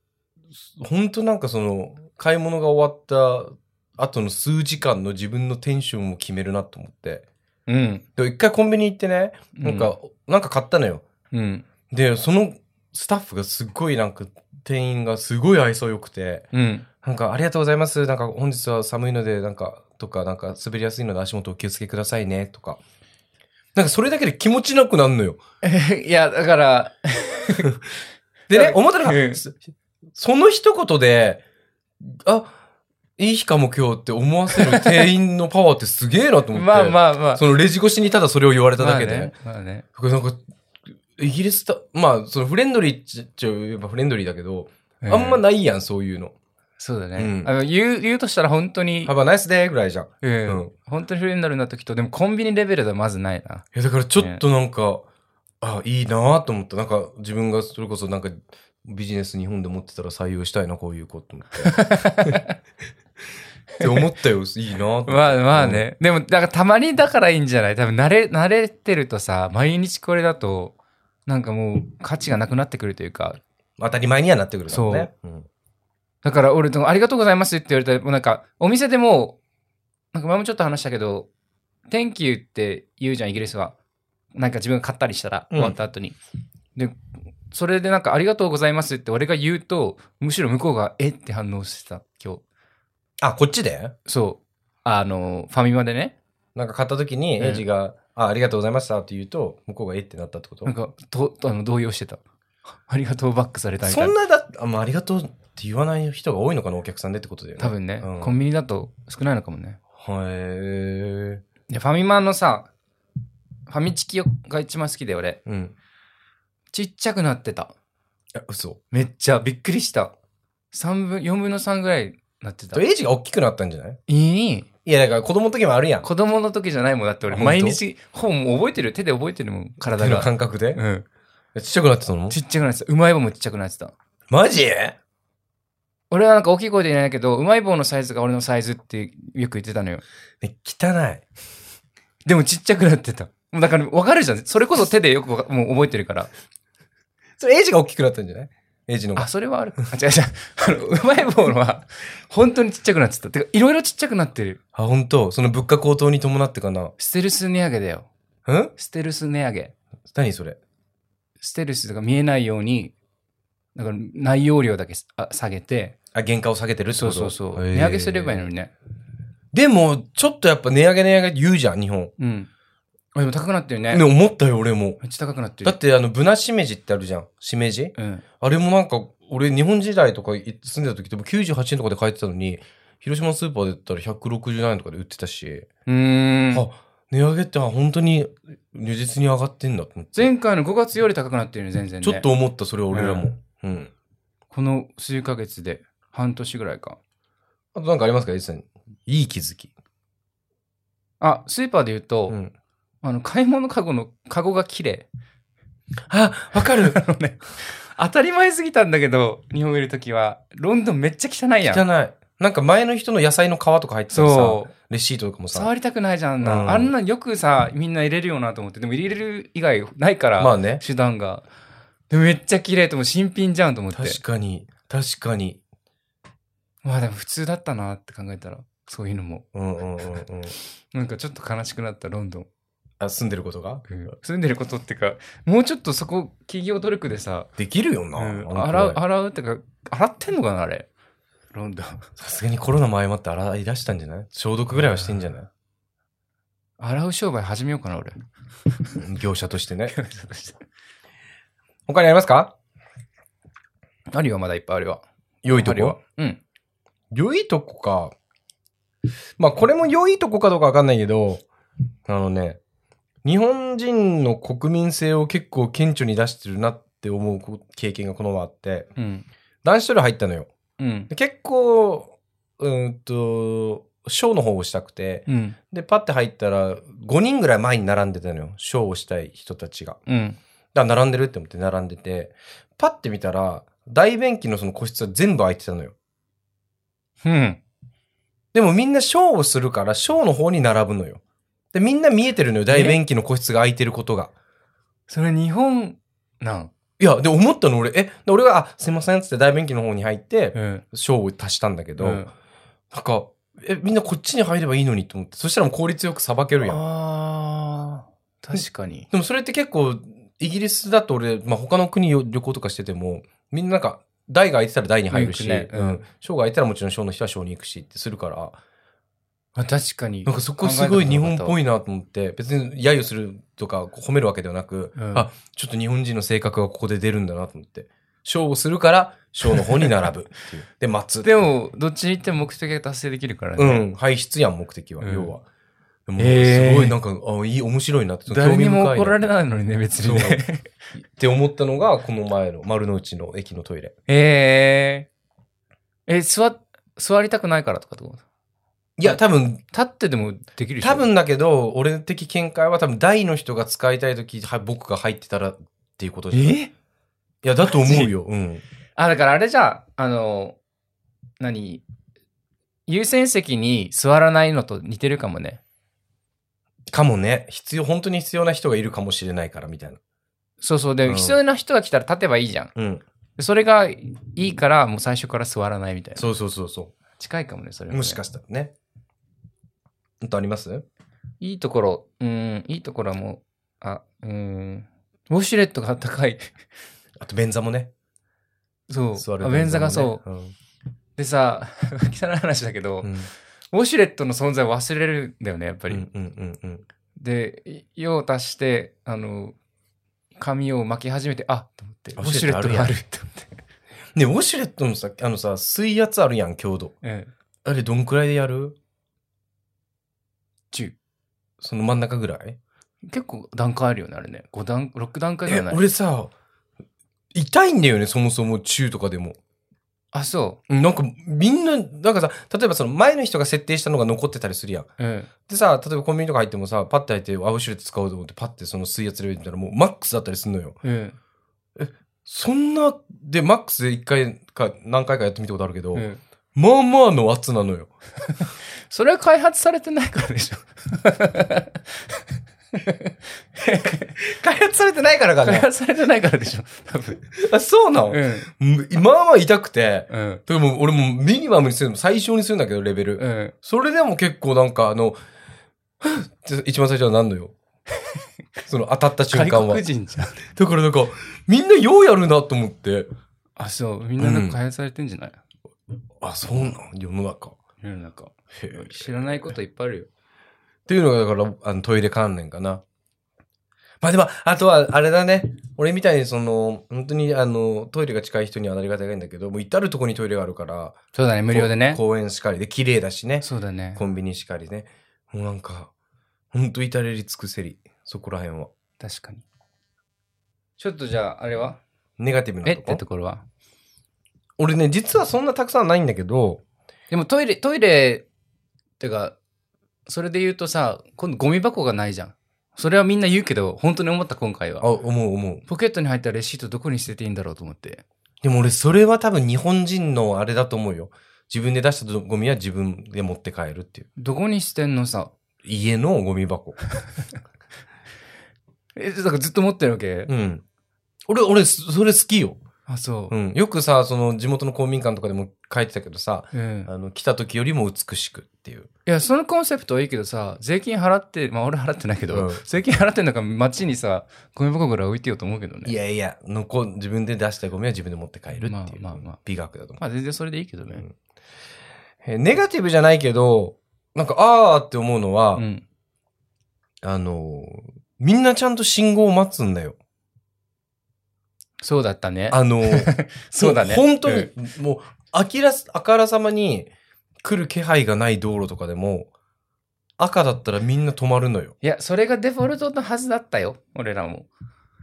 S1: ほんとなんかその、買い物が終わった後の数時間の自分のテンションを決めるなと思って。
S2: うん。
S1: で、一回コンビニ行ってね、なんか、なんか買ったのよ。
S2: うん、
S1: で、そのスタッフがすっごいなんか、店員がすごい愛想良くて、
S2: うん。うん。
S1: なんか、ありがとうございます。なんか、本日は寒いので、なんか、とか、なんか、滑りやすいので足元お気をつけくださいね、とか。なんか、それだけで気持ちなくなるのよ。
S2: いや、だから、
S1: で
S2: は
S1: ね
S2: い、
S1: 思ったの
S2: うん
S1: が、そその一言で、あ、いい日かも今日って思わせる店員のパワーってすげえなと思って。
S2: まあまあまあ。
S1: そのレジ越しにただそれを言われただけで。
S2: まあね。まあね
S1: これなんか、イギリスだ、まあ、そのフレンドリーっちっちゃ言えばフレンドリーだけど、
S2: う
S1: あんまないやん、そういうの。
S2: そうだね、
S1: うん
S2: あの言う。言うとしたら本当に、
S1: 幅ナイスでぐらいじゃん。
S2: う
S1: うんん。い
S2: 本当にフレンドルな時と、でもコンビニレベルではまずないな。
S1: や、だからちょっとなんか、あ、いいなぁと思った。なんか、自分がそれこそなんか、ビジネス日本で持ってたら採用したいな、こういう子と思って。って思ったよ、いいなぁと思って
S2: まあまあ。ね。でも、だからたまにだからいいんじゃない多分慣れ、慣れてるとさ、毎日これだと、なんかもう価値がなくなってくるというか、
S1: うん当たり前にはなってくるからね。うん
S2: だから俺、ありがとうございますって言われたら、もうなんか、お店でも、なんか前もちょっと話したけど、Thank you って言うじゃん、イギリスは。なんか自分が買ったりしたら、
S1: うん
S2: 終わった後に。で、それでなんか、ありがとうございますって俺が言うと、むしろ向こうが、えって反応してた、今日。
S1: あ、こっちで
S2: そう。あの、ファミマでね。
S1: なんか買った時に、
S2: うん
S1: エイジが、あ、ありがとうございましたって言うと、向こうがえってなったってこと
S2: なんか、と、あの、動揺してた。 ありがとうバックされたみた
S1: そ
S2: い
S1: ん
S2: な。
S1: なだあ、まあ、ありがとうって言わない人が多いのかな、お客さんでってことだよね。
S2: 多分ね、
S1: うん
S2: コンビニだと少ないのかもね。
S1: へえ。
S2: で、ファミマのさ、ファミチキが一番好きで俺。
S1: うん。
S2: ちっちゃくなってた。
S1: いや、嘘。
S2: めっちゃびっくりした。三分、4分の3ぐらいなってた。
S1: エイジが大きくなったんじゃない
S2: いい
S1: いや、だから子供の時もあるやん。
S2: 子供の時じゃないもんだって俺
S1: あ本当
S2: 毎日、ほぼもう覚えてる。手で覚えてるもん、体
S1: 手の
S2: が。
S1: 感覚で。
S2: うん。
S1: ちっちゃくなってたの
S2: ちっちゃくなってた。うまい棒もちっちゃくなってた。
S1: マジ
S2: 俺はなんか大きい声で言えないけど、うまい棒のサイズが俺のサイズってよく言ってたのよ。
S1: ね汚い。
S2: でもちっちゃくなってた。もうだから分かるじゃん。それこそ手でよくわかもう覚えてるから。
S1: それエイジが大きくなったんじゃないエイジの方
S2: あ、
S1: が。
S2: それはある。あ、違う違 う。あの、うまい棒のは、本当にちっちゃくなってた。てか、いろいろちっちゃくなってる。
S1: あ、本当その物価高騰に伴ってかな。
S2: ステルス値上げだよ。
S1: ん
S2: ステルス値上げ。
S1: 何それ
S2: ステルスが見えないように、だから内容量だけあ下げて、
S1: あ、原価を下げてるって
S2: そ
S1: こ
S2: う
S1: と
S2: そうそう、
S1: へえ
S2: 値上げすればいいのにね。
S1: でも、ちょっとやっぱ値上げ値上げ言うじゃん、日本。
S2: うん。あでも高くなってるね。
S1: ね、思ったよ、俺も。
S2: めっちゃ高くなってる。
S1: だって、あの、ブナしめじってあるじゃん。しめじ
S2: うん。
S1: あれもなんか、俺、日本時代とか住んでた時でも98円とかで買えてたのに、広島のスーパーで言ったら160円とかで売ってたし、
S2: うーん。
S1: あ、値上げってあ本当に如実に上がってんだと思って。
S2: 前回の5月より高くなってるね、全然ね。
S1: ちょっと。思った、それは俺らも。うん。
S2: この数ヶ月で、半年ぐらいか。
S1: あとなんかありますか、エイジさん。いい気づき。
S2: あ、スーパーで言うと、
S1: うん、
S2: あの、買い物カゴの、カゴが綺麗。
S1: あわかる
S2: あのね、当たり前すぎたんだけど、日本いるときは、ロンドンめっちゃ汚いやん。
S1: 汚いなんか前の人の野菜の皮とか入ってたりさ
S2: そう。
S1: レシートとかもさ
S2: 触りたくないじゃんあんな、
S1: うん
S2: あんなんよくさみんな入れるよなと思ってでも入れる以外ないから、
S1: まあね
S2: 手段がでもめっちゃ綺麗ともう新品じゃんと思って
S1: 確かに確かに
S2: まあでも普通だったなって考えたらそういうのも
S1: うんうんうんうん
S2: なんかちょっと悲しくなったロンドン、
S1: あ住んでることが
S2: 住んでることっていうかもうちょっとそこ企業努力でさ、
S1: できるよな、
S2: うん
S1: あのくらい
S2: 洗う洗うってか洗ってんのかなあれロンドン
S1: さすがにコロナも相まって洗い出したんじゃない消毒ぐらいはしてんじゃない
S2: 洗う商売始めようか な俺
S1: 業者としてね他にありますか
S2: あるよまだいっぱいあるよ
S1: 良い
S2: あ
S1: と
S2: る
S1: こ
S2: ようん
S1: 良いとこか。まあ、これも良いとこかどうかわかんないけど、あのね、日本人の国民性を結構顕著に出してるなって思うこ経験がこのままあって、
S2: うん
S1: 男子トイレ入ったのよ。
S2: うん
S1: で結構、うーんと、ショーの方をしたくて、
S2: うん
S1: で、パッて入ったら、5人ぐらい前に並んでたのよ。ショーをしたい人たちが。
S2: うん
S1: だから並んでるって思って並んでて、パッて見たら、大便器のその個室は全部空いてたのよ。
S2: うん
S1: でもみんなショーをするから、ショーの方に並ぶのよ。で、みんな見えてるのよ。大便器の個室が空いてることが。
S2: それ日本なん。
S1: いや、で、思ったの俺、え、で俺が、あ、すいませんっつって大便器の方に入って、
S2: ん。
S1: ショーを足したんだけど、
S2: うん
S1: なんか、え、みんなこっちに入ればいいのにと思って。そしたらもう効率よくさばけるやん。
S2: あー確かに。
S1: でもそれって結構、イギリスだと俺、まあ、他の国を旅行とかしてても、みんななんか、台が空いてたら台に入るし、
S2: うん行くね
S1: う
S2: うん
S1: ん、ショーが空いてたらもちろんショーの人はショーに行くしってするから、
S2: あ確かに。
S1: なんかそこすごい日本っぽ
S2: い。
S1: いなと思って、別に揶揄するとか褒めるわけではなく、
S2: うん
S1: あ、ちょっと日本人の性格がここで出るんだなと思って、ショーをするから、ショーの方に並ぶっていう。 で、待つ。
S2: でも、どっちに行っても目的が達成できるから
S1: う
S2: ね。
S1: ん、排出やん、目的は、
S2: うん
S1: 要は。でも
S2: えー
S1: すごいなんか、あ、いい、面白いなって、
S2: 誰に
S1: 興味
S2: も
S1: 深いな
S2: 怒られないのにね、別にね。
S1: って思ったのが、この前の丸の内の駅のトイレ。
S2: えー、え、座、座りたくないからとかってこと
S1: いや、多分、
S2: 立ってでもできるでしょ
S1: 多。分だけど、俺的見解は多分、大の人が使いたいとき、は僕が入ってたらっていうことじゃないい
S2: え
S1: や、だと思うよ。うん。
S2: あ、だからあれじゃあ、あの、何優先席に座らないのと似てるかもね。
S1: かもね。必要、本当に必要な人がいるかもしれないから、みたいな。
S2: そうそう。で、
S1: うん
S2: 必要な人が来たら立てばいいじゃん。
S1: うん。
S2: でそれがいいから、もう最初から座らないみたいな。
S1: そうそうそうそ
S2: 近いかもね、そ
S1: う。
S2: れはね、
S1: もしかしたらね。あとあります
S2: いいところ、うん、いいところはもう、あ、うん、ウォシュレットが高い。
S1: あと、便座もね。
S2: そう。
S1: 座る
S2: あ便座が
S1: もね
S2: そう。でさ、 汚い話だけど、
S1: うん。うん。
S2: ウォシュレットの存在を忘れるんだよね、やっぱ
S1: うん
S2: り。
S1: うんうんうん。
S2: で、い用を足して、あの、紙を巻き始めて、あと思って、ウ
S1: ウ
S2: ォ
S1: ォ
S2: シ
S1: シ
S2: ュ
S1: ュレット
S2: レットが
S1: が
S2: あ
S1: あ
S2: る
S1: る
S2: って思って。
S1: ね、ウォシュレットのさ、あのさ、水圧あるやん、強度。
S2: うん。
S1: あれ、どんくらいでやる
S2: 10
S1: その真ん中ぐらい
S2: 結構段階あるよね、あれね。5段、6段階ぐら
S1: え
S2: いない。
S1: 俺さ、痛いんだよね、そもそも中とかでも。
S2: あ、そ
S1: うんなんか、みんな、なんかさ、例えばその前の人が設定したのが残ってたりするやん。
S2: う。うん。
S1: でさ、例えばコンビニとか入ってもさ、パッて入って、あウォシュレット使おうと思って、パッてその水圧レベル見たら、もうマックスだったりするのよ。
S2: うん。
S1: そんな、で、マックスで一回か、何回かやってみたことあるけど、
S2: うん
S1: まあまあの圧なのよ。
S2: それは開発されてないからでしょ。
S1: 開発されてないからか
S2: 開。発されてないからでしょ。多分。
S1: あそうなの、
S2: うん。
S1: うんまあまあ痛くて、
S2: うん。
S1: でも俺もミニマムにするの、最小にするんだけど、レベル。
S2: うん。
S1: それでも結構なんか、あの、 ふっって一番最初はなんの よ。その当たった瞬間
S2: 外
S1: は
S2: 国。人じゃん。
S1: だからなんか、みんなようやるなと思って。
S2: あ、そう。みんななんか開発されてんじゃない、
S1: あ、そうなん世の中。
S2: 世の中。
S1: へえ
S2: 知らないこといっぱいあるよ。
S1: っていうのが、だから、あの、トイレ関連かな。まあでも、あとは、あれだね。俺みたいに、その、本当に、あの、トイレが近い人にはなりがたいんだけど、もう至るとこにトイレがあるから、
S2: そうだね。無料でね
S1: こ。公園しかりで、綺麗だしね。
S2: そうだね。
S1: コンビニしかりね。もうなんか、ほんと至れり尽くせり。そこら辺は。
S2: 確かに。ちょっとじゃあ、あれは
S1: ネガティブな
S2: えっ
S1: と
S2: て
S1: こと
S2: ころは
S1: 俺ね、実はそんなたくさんはないんだけど、
S2: でもトイレ、トイレ、ってか、それで言うとさ、今度ゴミ箱がないじゃん。それはみんな言うけど、本当に思った今回
S1: あ、
S2: は。
S1: 思う思う。
S2: ポケットに入ったレシートどこに捨てていいんだろうと思って。
S1: でも俺、それは多分日本人のあれだと思うよ。自分で出したゴミは自分で持って帰るっていう。
S2: どこに捨てんのさ。
S1: 家のゴミ箱。
S2: え、だからずっと持ってるわけ、
S1: うん。俺、俺、そそれ好きよ。
S2: あ、そうう。
S1: ん。よくさ、その地元の公民館とかでも書いてたけどさ、
S2: うん。
S1: あの、来た時よりも美しくっていう。
S2: いや、そのコンセプトはいいけどさ、税金払って、まあ俺払ってないけど、
S1: うん
S2: 税金払ってんだから街にさ、ゴミ箱ぐらい置いてよと思うけどね。
S1: いやいや、残、自分で出したゴミは自分で持って帰るっていう。
S2: まあまあまあ
S1: 美学だと思う。
S2: まあ全然それでいいけどね。
S1: えネガティブじゃないけど、なんか、あーって思うのは、
S2: うん。
S1: あの、みんなちゃんと信号を待つんだよ。
S2: そうだったね。
S1: あの、
S2: そうだね。
S1: 本当
S2: う
S1: に
S2: ん、
S1: もう、あきらす、あからさまに来る気配がない道路とかでも、赤だったらみんな止まるのよ。
S2: いや、それがデフォルトのはずだったよ。俺らも。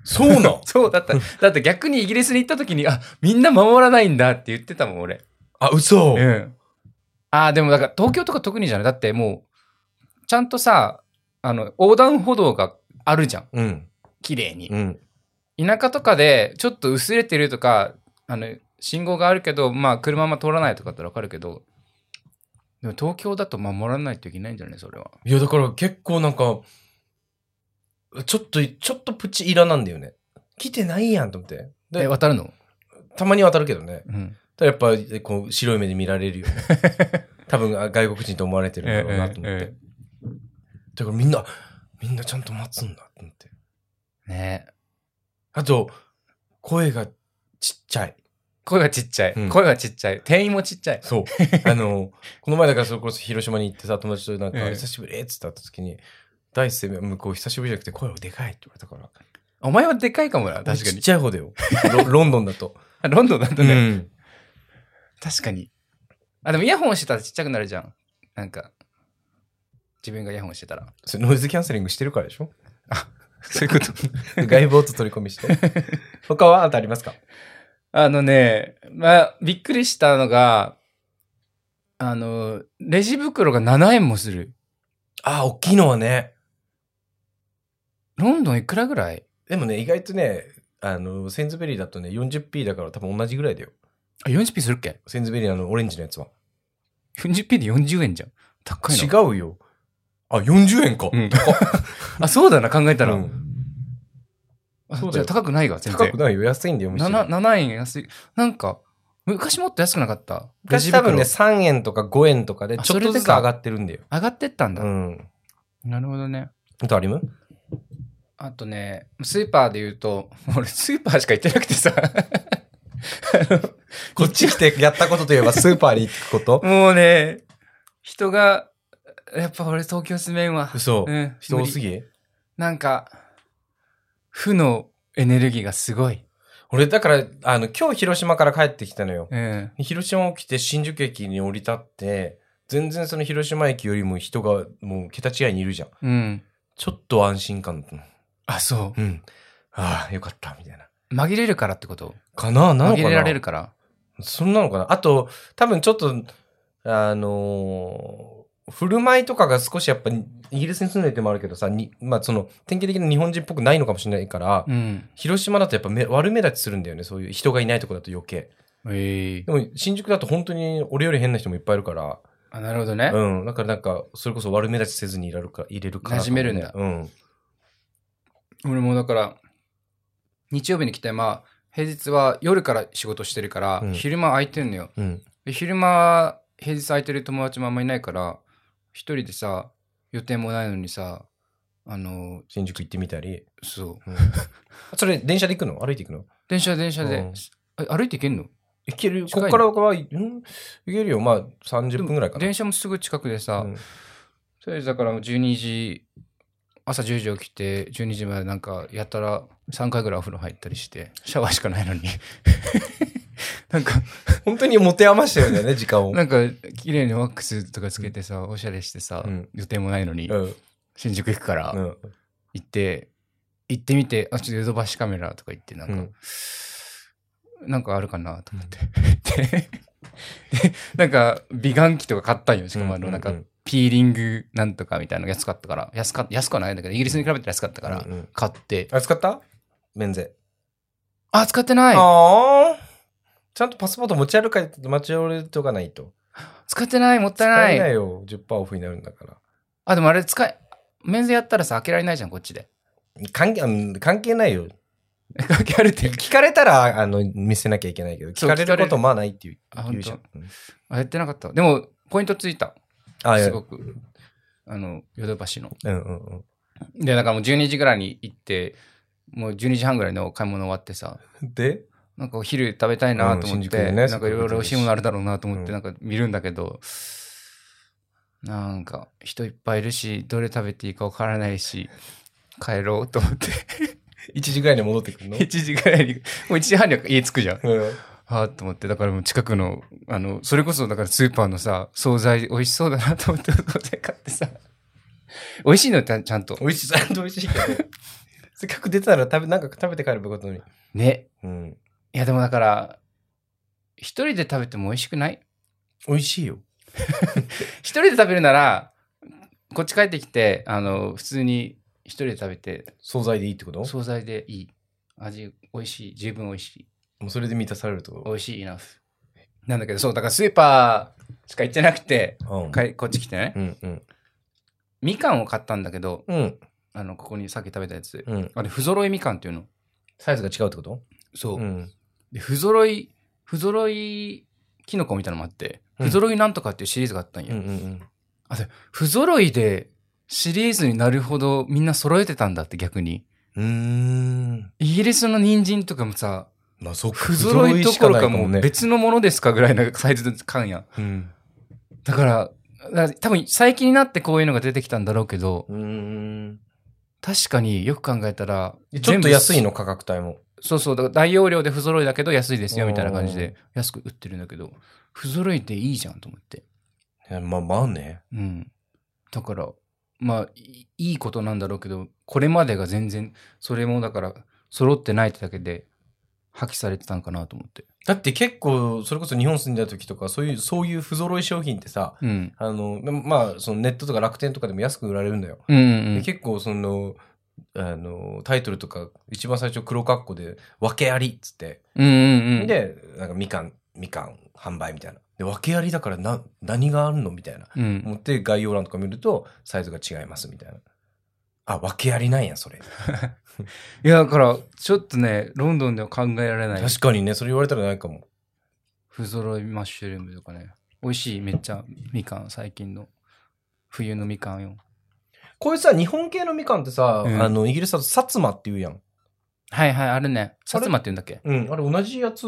S1: そうなん
S2: そうだ った。だって逆にイギリスに行った時に、あ、みんな守らないんだって言ってたもん、俺。
S1: あ、嘘、
S2: うん。ああ、でもだから東京とか特にじゃない。だってもう、ちゃんとさ、あの、横断歩道があるじゃん。
S1: うん。
S2: 綺麗に
S1: う。ん。
S2: 田舎とかで、ちょっと薄れてるとか、あの、信号があるけど、まあ、車あんま通らないとかだったらわかるけど、でも東京だと守らないといけないんじゃないそれは。
S1: いや、だから結構なんか、ちょっと、ちょっとプチイラなんだよね。来てないやんと思って。
S2: え、
S1: で
S2: 渡るの
S1: たまに渡るけどね。
S2: うん。
S1: ただやっぱ、こう、白い目で見られるよね。 多分、あ外国人と思われてるんだろうなと思って。
S2: えええ
S1: だからみんな、みんなちゃんと待つんだと思って。
S2: ねえ
S1: あと、声がちっちゃい。
S2: 声がちっちゃい。
S1: うん
S2: 声がちっちゃい。店員もちっちゃい。
S1: そう。あの、この前だからそれこそ広島に行ってさ、友達となんか、
S2: ええ
S1: 久しぶりっつって会った時に、第一声目、向こう久しぶりじゃなくて声がでかいって言われたから。
S2: お前はでかいかもな、確か
S1: ちっ
S2: に。
S1: ちゃい方だよ。 ロロンドンだと。
S2: あロンドンだと
S1: う
S2: ね。
S1: ん。
S2: 確かに。あ、でもイヤホンしてたらちっちゃくなるじゃん。なんか、自分がイヤホンしてたら。
S1: それノイズキャンセリングしてるからでしょ
S2: そういうこと。
S1: 外部音取り込み して。他はあとありますか
S2: あのね、まあ、びっくりしたのが、あの、レジ袋が7円もする。
S1: ああ、大きいのはね。
S2: ロンドンいくらぐらい
S1: でもね、意外とね、あの、センズベリーだとね、40p だから多分同じぐらいだよ。
S2: あ、40p するっけ
S1: センズベリーのあのオレンジのやつは。
S2: ?40p で40円じゃん。高いな。
S1: 違うよ。あ、40円か。
S2: うん。 あ、そうだな、考えたら。
S1: うん
S2: あ
S1: そうだ
S2: じゃ
S1: よ
S2: あ高くないわ、全
S1: 高
S2: 然
S1: く。ないよ。安いんだよ、むしろ
S2: 7, 7円安い。なんか、昔もっと安くなかった。レ
S1: 昔
S2: ジ
S1: 多
S2: 袋
S1: 分ね、3円とか5円とかで、
S2: あ
S1: ちょっとずつ
S2: それでか
S1: 上がってるんだよ。
S2: 上がってったんだ。
S1: うん。
S2: なるほどね。
S1: あとありま
S2: あとね、スーパーで言うと、俺スーパーしか行ってなく てさ。
S1: こっち来てやったことといえばスーパーに行く こと
S2: もうね、人が、やっぱ俺東京住めんわ。
S1: 嘘
S2: う。ん、
S1: 人多す
S2: 無理
S1: ぎ
S2: なんか、負のエネルギーがすごい。
S1: 俺、だから、あの、今日広島から帰ってきたのよ。
S2: うん。
S1: 広島を来て新宿駅に降り立って、全然その広島駅よりも人がもう桁違いにいるじゃん。
S2: うん。
S1: ちょっと安心感だったの。
S2: あ、そ
S1: うん。ああ、よかった、みたいな。
S2: う。紛れるからってこと
S1: かななのかな
S2: 紛れられるから。
S1: そんなのかなあと、多分ちょっと、あのー振る舞いとかが少しやっぱイギリスに住んでてもあるけどさ、にまあその典型的な日本人っぽくないのかもしれないから、
S2: うん。
S1: 広島だとやっぱめ悪目立ちするんだよね、そういう人がいないとこだと余計。
S2: ええ
S1: でも新宿だと本当に俺より変な人もいっぱいいるから、
S2: あ、なるほどね。
S1: うん、だからなんかそれこそ悪目立ちせずにいられるか、入れるから、
S2: 馴染めるんだ
S1: うん。
S2: 俺もだから、日曜日に来て、まあ、平日は夜から仕事してるから、
S1: うん
S2: 昼間空いてんのよ。
S1: うん。
S2: で昼間平日空いてる友達もあんまいないから一人でさ予定もないのにさあの
S1: 新宿行ってみたり。
S2: そう
S1: うんそれ電車で行くの歩いて行くの
S2: 電車電車で、
S1: うん
S2: あ歩いて行けんの
S1: 行ける。
S2: 近い
S1: こ
S2: の
S1: っからは、うん、行けるよ。まあ30分ぐらいかな。
S2: 電車もすぐ近くでさ、
S1: うん
S2: それでだから12時朝10時起きて12時までなんかやったら3回ぐらいお風呂入ったりしてシャワーしかないのに なんか
S1: 本当に持て余してるんだよね、時間を。
S2: なんか綺麗にワックスとかつけてさ、おしゃれしてさ、
S1: うん
S2: 予定もないのに、
S1: うん。
S2: 新宿行くから、
S1: うん
S2: 行って行ってみてあちょっとヨドバシカメラとか行ってなんか、
S1: うん
S2: なんかあるかな と思って、ででなんか美顔器とか買ったんよしかもあの、
S1: うん
S2: なんか
S1: うん
S2: ピーリングなんとかみたいなのが安かったから、安か安くはないんだけど、イギリスに比べて安かったから
S1: うんうん、
S2: 買って、
S1: あ、使った免税。
S2: あ、使ってない
S1: ああ。ちゃんとパスポート持ち歩かないと持ち歩いとかないと。
S2: 使ってないもった
S1: 使
S2: い
S1: え
S2: な
S1: ない
S2: い
S1: よ。10%オフになるんだから。
S2: あ、でもあれ使え、免税やったらさ、開けられないじゃん、こっちで。
S1: 関係うん関係ないよ。
S2: 開けられてる。
S1: 聞かれたらあの見せなきゃいけないけど、聞
S2: そう
S1: かれ
S2: 聞か
S1: る
S2: れる
S1: ことまあないっていう
S2: あ
S1: 言うじゃん。うん
S2: あ、やってなかった。でも、ポイントついた。
S1: あ、いや
S2: す
S1: うん
S2: ごく。あの、ヨドバシの。
S1: うんうん。
S2: で、だからもう12時ぐらいに行って、もう12時半ぐらいの買い物終わってさ、
S1: で、
S2: なんかお昼食べたいなと
S1: うん新
S2: 思っ
S1: 宿
S2: て、
S1: でね
S2: なんかいろいろ美味しいものあるだろうなと思って、
S1: う
S2: なんか見るんだけど、なんか人いっぱいいるし、どれ食べていいかわからないし、帰ろうと思って、
S1: 1時ぐらいに戻ってくるの
S2: 1時ぐらいに、もう1時半には家着くじゃん。
S1: うん
S2: はあと思って、だからもう近くの、あの、それこそだからスーパーのさ、惣菜美味しそうだなと思って、惣菜買ってさ、 美味しいのよ、たちゃんと。
S1: 美味しい、ちゃんと美味しいけど。せっかく出たら食べ、なんか食べて帰ればよかったのに。
S2: ね。
S1: うん。
S2: いや、でもだから、一人で食べても美味しくない
S1: 美味しいよ。
S2: 一人で食べるなら、こっち帰ってきて、あの、普通に一人で食べて、
S1: 惣菜でいいってこと
S2: 惣菜でいい。味、美味しい。十分美味しい。
S1: もうそれで満たされるってこ
S2: 美味しいな。なんだけど、そう、だからスーパーしか行ってなくて、
S1: とうん。
S2: かいこっち来てね
S1: う、んうん。
S2: みかんを買ったんだけど、
S1: うん。
S2: あの、ここにさっき食べたやつ。
S1: うん。
S2: あれ、不揃いみかんっていうの。
S1: サイズが違うってこと
S2: そうう。
S1: ん。
S2: で、不揃い、不揃いキノコみたいなのもあって、
S1: うん
S2: 不揃いなんとかっていうシリーズがあったん
S1: うんう
S2: よ。
S1: んうん。
S2: 不揃いでシリーズになるほどみんな揃えてたんだって逆に。
S1: うーん。
S2: イギリスの人参とかもさ、
S1: まあ、そっか。
S2: 不揃いどころかもう
S1: ね。
S2: 別のものですかぐらいのサイズの缶や。
S1: うん。
S2: だから、だ多分最近になってこういうのが出てきたんだろうけど、
S1: うーん。
S2: 確かによく考えたら、
S1: ちょっと安い
S2: の
S1: の、価格帯も。
S2: そうそう、だから大容量で不揃いだけど安いですよみたいな感じで安く売ってるんだけど、不揃いでいいじゃんと思って。
S1: えまあまあね。
S2: うん。だから、まあ、いいいことなんだろうけど、これまでが全然、それもだから、揃ってないってだけで、破棄されてたんかなと思って。
S1: だって結構、それこそ日本住んでた時とか、そういう、そういう不揃い商品ってさ、
S2: うん。
S1: あの、まあ、そのネットとか楽天とかでも安く売られるんだよ。
S2: うん
S1: で
S2: うん。
S1: 結構そのあのタイトルとか一番最初黒括弧で「訳あり」っつって、
S2: うんうんうん。、
S1: でなんかみかんみかん販売みたいなで訳ありだからな何があるのみたいな
S2: うん。
S1: 思って概要欄とか見るとサイズが違いますみたいなあ訳ありなんやそれ
S2: いや、だから、ちょっとね、ロンドンでは考えられない。
S1: 確かにねそれ言われたらないかも
S2: 不揃いマッシュルームとかね。美味しい、めっちゃ、みかん、最近の。冬のみかんよ。
S1: こういうさ日本系のみかんってさ、
S2: うん
S1: あのイギリスだと薩摩って言うやん
S2: はいはい、あるね。薩摩って言うんだっけ
S1: うんあれ同じやつ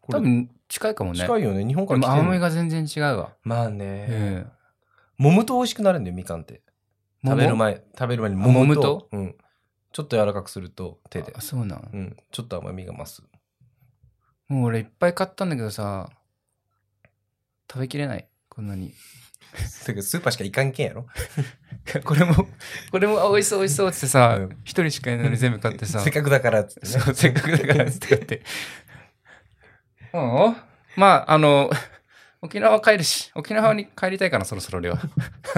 S1: これ
S2: 多分、近いかもね。
S1: 近いよね日本か
S2: で
S1: ら
S2: も
S1: 来て
S2: 甘
S1: る
S2: みが全然違うわ。
S1: まあ
S2: う
S1: ね、
S2: ん。
S1: 揉むと美味しくなるんだよみかんって食べる
S2: 桃
S1: 前食べる前に
S2: あ
S1: 揉むと
S2: 揉むと
S1: うん、ちょっと柔らかくすると手で
S2: あ、、そうなん
S1: う。ん、ちょっと甘みが増す
S2: もう俺いっぱい買ったんだけどさ、食べきれない。こんなに。
S1: てかスーパーしか行かんけんやろ
S2: これも、これもあ美味しそう美味しそうっつってさ
S1: うん、
S2: 一人しかいないのに全部買ってさ、
S1: せっかくだからっつって、ね、
S2: そうせっかくだからっつって買って。 うんまあ、あの、沖縄は帰るし、沖縄に帰りたいかな、そろそろ俺は。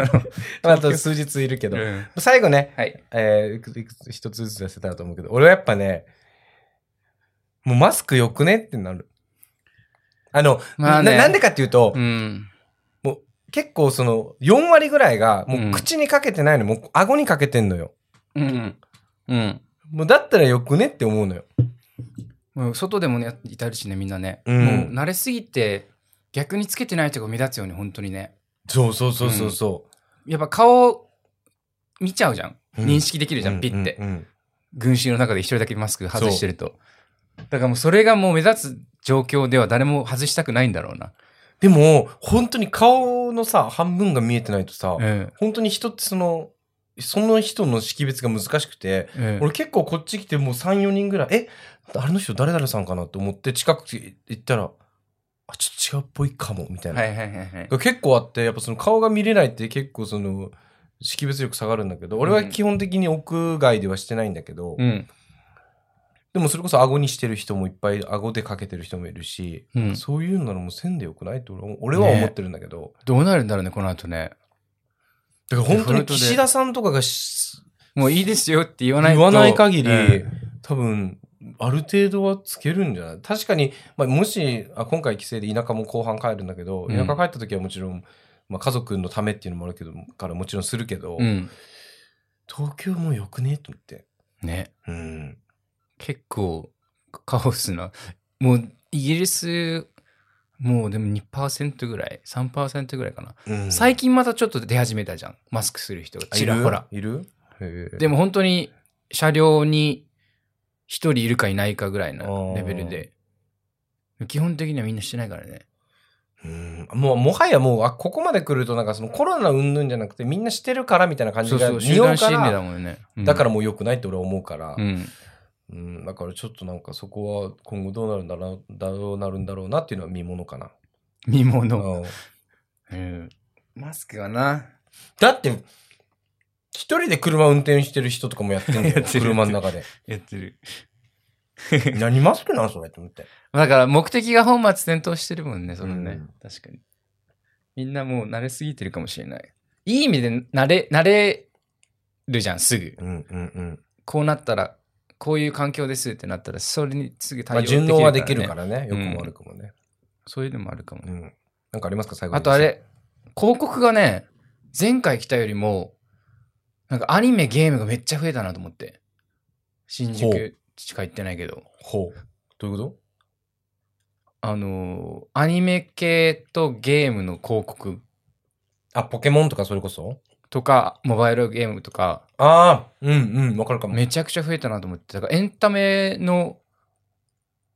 S1: まああと数日いるけ
S2: う
S1: ど、
S2: ん
S1: 最後ね、
S2: はい。
S1: えーいくついくつ一つずつ出せたらと思うけど俺はやっぱねもうマスクよくねってなるあの、
S2: まあね
S1: ななんでかっていうと、
S2: うん。
S1: 結構その4割ぐらいが
S2: う
S1: も
S2: ん
S1: う口にかけてないの、もう顎にかけてんのよ
S2: うん。うん。
S1: もうだったらよくねって思うのよ
S2: もう外でもね、いたるしね、みんなね。
S1: うん
S2: もう慣れすぎて、逆につけてないとこ目立つよね、本当にね。
S1: そうそうそうそうそ
S2: やっぱ顔、見ちゃうじゃん。
S1: う、
S2: 認識でき
S1: い
S2: るじゃん、ピッて。
S1: うん
S2: 群衆の中で一人だけマスク外してると。だからもうそれがもう目立つ状況では誰も外したくないんだろうな。
S1: でも、本当に顔のさ、半分が見えてないとさ、
S2: うん。
S1: 本当に人ってその、その人の識別が難しくて、
S2: うん
S1: 俺結構こっち来てもう3、4人ぐらい、え、あれの人誰々さんかなと思って近く行ったら、あ、ちょっと違うっぽいかも、みたいな。
S2: はいはいはいはい。
S1: が結構あって、やっぱその顔が見れないって結構その、識別力下がるんだけど、俺は基本的に屋外ではしてないんだけど、
S2: うん。
S1: でもそれこそ顎にしてる人もいっぱい、顎でかけてる人もいるし、
S2: うん
S1: そういうならもう線でよくないって俺は俺は思ってるんだけど、
S2: どうなるんだろうね、この後ね。
S1: だから本当
S2: デフォ
S1: に
S2: ルトで
S1: 岸田さんとかがし
S2: もういいですよって言わない
S1: 言
S2: と。
S1: わない限り、
S2: うん
S1: 多分、ある程度はつけるんじゃない確かに、まあ、もしあ、今回帰省で田舎も後半帰るんだけど、
S2: うん
S1: 田舎帰った時はもちろん、まあ、家族のためっていうのもあるけど、からもちろんするけど、
S2: うん。
S1: 東京もよくねと思って。
S2: ね。
S1: うん。
S2: 結構カオスな。もうイギリス、もうでも2%ぐらい、3%ぐらいかな。
S1: うん
S2: 最近またちょっと出始めたじゃん。マスクする人がちらほら。
S1: いるいる
S2: で
S1: も、
S2: も本当に車両に一人いるかいないかぐらいのレベルで。基本的にはみんなしてないからね。
S1: うんもう、もはやもう、あ、ここまで来ると、なんかそのコロナ云々じゃなくて、みんなしてるからみたいな感じ
S2: そう
S1: が、
S2: そう、集
S1: 匂うか
S2: 団心理だ
S1: ら、
S2: もんね。、
S1: だかららもう良くないって俺は思うから、
S2: うん。
S1: うん、だからちょっとなんかそこは今後どうなるんだろう、だろうなるんだろうなっていうのは見ものかな。
S2: 見物。
S1: うん
S2: うん。マスクはな。
S1: だって、一人で車運転してる人とかもやってんだ
S2: や
S1: よ、
S2: ってる
S1: 車の 中で。
S2: やってる。
S1: 何マスクなんそれって思って。
S2: だから目的が本末転倒してるもんね、そのね。
S1: うん
S2: 確かに。みんなもう慣れすぎてるかもしれない。いい意味で慣れ、慣れるじゃん、すぐ。
S1: うんうんうん。
S2: こうなったら、こういう環境ですってなったら、それにすぐ対
S1: ま
S2: 応
S1: あ
S2: できるから、
S1: 順応はできるからね、
S2: ね。
S1: 良
S2: うん
S1: くも悪くもね。
S2: そういうのもあるかも
S1: う。ん。なんかありますか、最後に
S2: あとあ。れ、広告がね、前回来たよりも、なんかアニメ、ゲームがめっちゃ増えたなと思って。新
S1: ほ
S2: 宿
S1: う
S2: しか行ってないけど。
S1: ほう。どういうこ
S2: あのーアニメ系とゲームの広告
S1: とあ、ポケモンとかそれこそ
S2: とか、モバイルゲームとか、
S1: ああ、うんうん、わかるかも。
S2: めちゃくちゃ増えたなと思って、だからエンタメの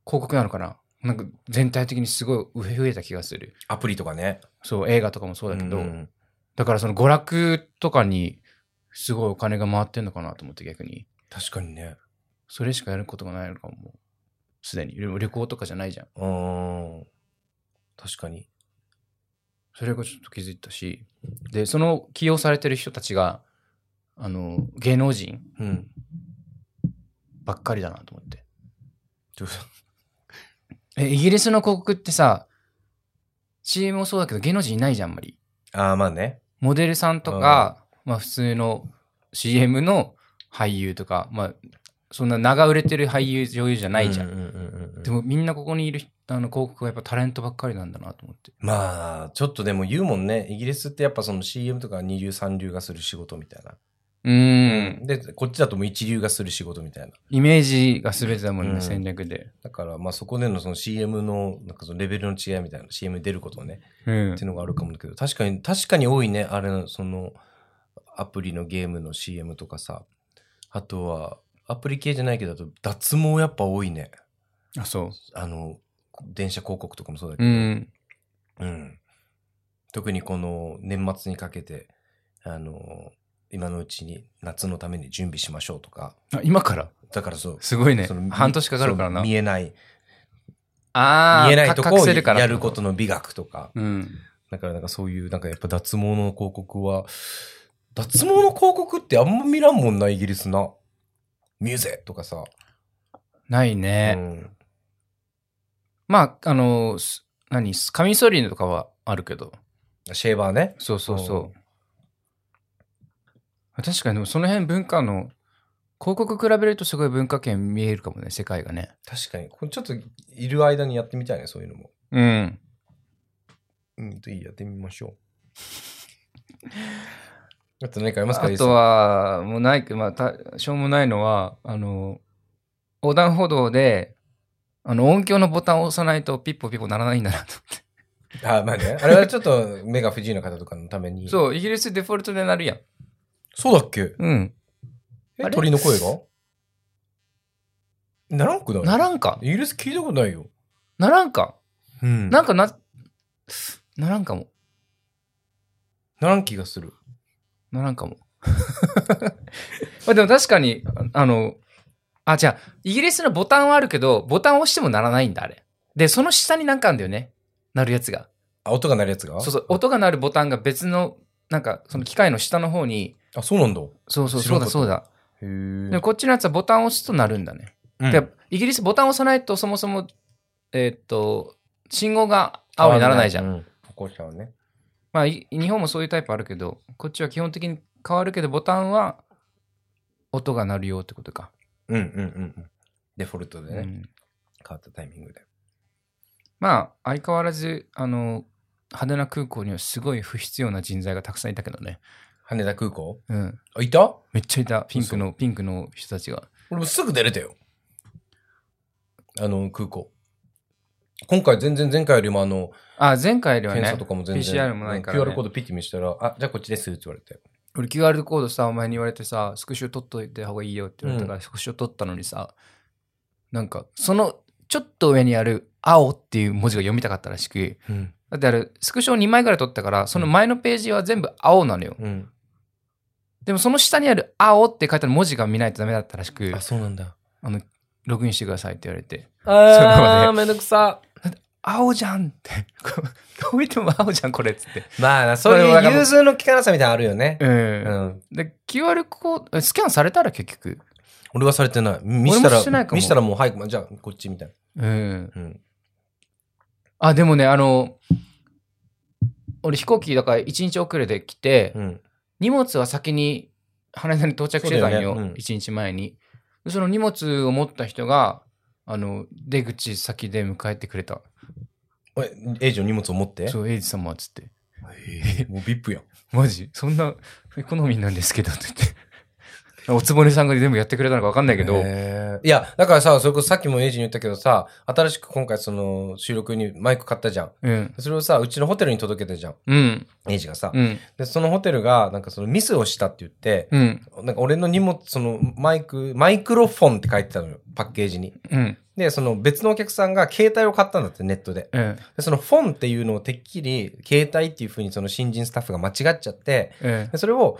S2: 広告なのかななんか全体的にすごい増えた気がする。
S1: アプリとかね。
S2: そう、映画とかもそうだけど、
S1: うん
S2: だからその娯楽とかにすごいお金が回ってんのかなと思って逆に。
S1: 確かにね。
S2: それしかやることがないのかも、もうすでに。旅旅行とかじゃないじゃん。
S1: うーん。確かに。
S2: それがちょっと気づいたし、で、その起用されてる人たちが、あの、芸能人
S1: うん。
S2: ばっかりだなと思って。
S1: どうぞ
S2: え、イギリスの広告ってさ、CM もそうだけど芸能人いないじゃん、あんまり。
S1: ああ、まあね。
S2: モデルさんとか、まあ普通の CM の俳優とか、まあそんな名が売れてる俳優、女優じゃないじゃ
S1: う
S2: ん。
S1: んうんうんうん
S2: でもみんなここにいる人あの広告はやっぱタレントばっかりなんだなと思って。
S1: まあ、ちょっとでも言うもんね。イギリスってやっぱその CM とか二流三流がする仕事みたいな。
S2: うーん。
S1: で、こっちだともう一流がする仕事みたいな。
S2: イメージが全てだもんね、
S1: うん
S2: 戦略で。
S1: だから、まあそこでのその CM の、なんかそのレベルの違いみたいな、CM に出ることをね、
S2: うん
S1: っていうのがあるかもだけど、確かに、確かに多いね。あれの、その、アプリのゲームの CM とかさ。あとは、アプリ系じゃないけど、あと脱毛やっぱ多いね。
S2: あ、そ
S1: あの、電車広告とかもそうだけ
S2: う。う
S1: ど。
S2: ん。
S1: うん。特にこの年末にかけて、あの、今のうちに夏のために準備しましょうとか。
S2: あ今から
S1: だからそう。
S2: すごいね
S1: その。
S2: 半年かかるからな。
S1: そう見えない、
S2: ああ、
S1: 見えないとこ
S2: 隠
S1: を
S2: せるから
S1: やることの美学とか。
S2: うん。
S1: だからなんかそういう、なんかやっぱ脱毛の広告は、脱毛の広告ってあんま見らんもんな、イギリスな。ミューゼとかさ。
S2: ないね。
S1: うん
S2: まあ、あの、す何、すカミソリとかはあるけど。
S1: シェーバーね。
S2: そうそうそう。確かに、でもその辺文化の、広告比べるとすごい文化圏見えるかもね、世界がね。
S1: 確かに。これちょっといる間にやってみたいね、そういうのも。
S2: うん。
S1: うん、といい、やってみましょ う。あと何かありますか
S2: あと、は、もうない、まあた、しょうもないのは、あの、横断歩道で、あの、音響のボタンを押さないとピッポピッポならないんだなと。
S1: イさんあ、まあね。あれはちょっと目が不自由な方とかのために。う。
S2: そう、イギリスデフォルトでなるやん。
S1: そうだっけ
S2: うん。あ
S1: え
S2: れ
S1: 鳥の声がならんくない
S2: ならんか。
S1: イギリス聞いたことないよ。
S2: ならんか。
S1: うん
S2: な
S1: なん
S2: かな、ならんかも。
S1: らん気がする。
S2: ならんかも。 まあでも確かに、ああの、あ、じゃあ、イギリスのボタンはあるけど、ボタンを押してもならないんだ、あれ。で、その下になんかあるんだよね。なるやつが。
S1: あ、音が鳴るやつが
S2: そうそう、音が鳴るボタンが別の、なんか、その機械の下の方に、
S1: あ、そうなんだ。へ
S2: そうそう、
S1: 知
S2: そ
S1: ら
S2: う
S1: なかっ
S2: だ、
S1: た
S2: そうだ。
S1: え。
S2: で、こっちのやつはボタンを押すとなるんだね。
S1: うん
S2: で、イギリスボタンを押さないと、そもそも、えーっと、信号が青にならないじゃん。
S1: う。ここしちゃうね。
S2: まあ、い日本もそういうタイプあるけど、こっちは基本的に変わるけど、ボタンは音が鳴るよってことか。
S1: うんうんうんうん。デフォルトでね、
S2: うん
S1: 変わったタイミングで。
S2: まあ、相変わらず、あの、派手な空港にはすごい不必要な人材がたくさんいたけどね。
S1: 羽田空港
S2: うん。
S1: あ、いた
S2: めっちゃいた。ピンクの、ピンクの人たちが。
S1: 俺もすぐ出れたよ。あの、空港。今回全然前回よりもあの、
S2: あ、前回よりはね、
S1: 検査とかも全然、
S2: PCR もないから、
S1: うん QR コー
S2: ね。
S1: ドピッて見せたら、あ、じゃあこっちですって言われて。
S2: 俺 QR コードさ、お前に言われてさ、スクショ取っといた方がいいよって言われたから、スクショ取ったのにさ、なんか、その、ちょっと上にある、青っていう文字が読みたかったらしく、
S1: うん。
S2: だってあれ、スクショ2枚ぐらい取ったから、その前のページは全部青なのよ。
S1: うん。
S2: でもその下にある青って書いてある文字が見ないとダメだったらしく
S1: あ、、そうなんだ。
S2: あの、ログインしてくださいって言われて、
S1: あ
S2: あー
S1: ー、めんどくさ。
S2: 青じゃんって、 こうどう見ても青じゃんこれっつって。
S1: まあな、そう
S2: まあでもなん
S1: い
S2: か
S1: う融通の利かなさみたいなのあるよね。
S2: うん
S1: うん。
S2: で、QR コード、えスキャンされたら結局。
S1: 俺はされてない。見した
S2: 俺もしてない
S1: ら、
S2: かも
S1: 見したらもう、はい、まあじゃあこっちみたい
S2: うん。
S1: な。うん。
S2: あ、でもね、あの、俺飛行機だから1日遅れて来て、
S1: うん。
S2: 荷物は先に羽田に到着してたん
S1: そうだよ
S2: よ、
S1: ねうん
S2: 1日前に。でその荷物を持った人が、あの、出口先で迎えてくれた。
S1: え、エイジの荷物を持って
S2: そう、エイジ様はつって。
S1: えーもう VIP やん。
S2: マジそんなエコノミーなんですけどって言って。 おつぼねさんが全部やってくれたのか分かんないけど、
S1: へーいや、だからさ、それこそさっきもエイジに言ったけどさ、新しく今回その収録にマイク買ったじゃん。
S2: うん。
S1: それをさ、うちのホテルに届けたじゃん。
S2: うん。
S1: エイジがさ。
S2: うん。
S1: で、そのホテルが、なんかそのミスをしたって言って、
S2: うん。
S1: なんか俺の荷物、そのマイク、マイクロフォンって書いてたのよ、パッケージに。
S2: うん。
S1: で、その別のお客さんが携帯を買ったんだって、ネットで。
S2: うん。
S1: で、そのフォンっていうのをてっきり、携帯っていう風にその新人スタッフが間違っちゃって、
S2: うん
S1: でそれを、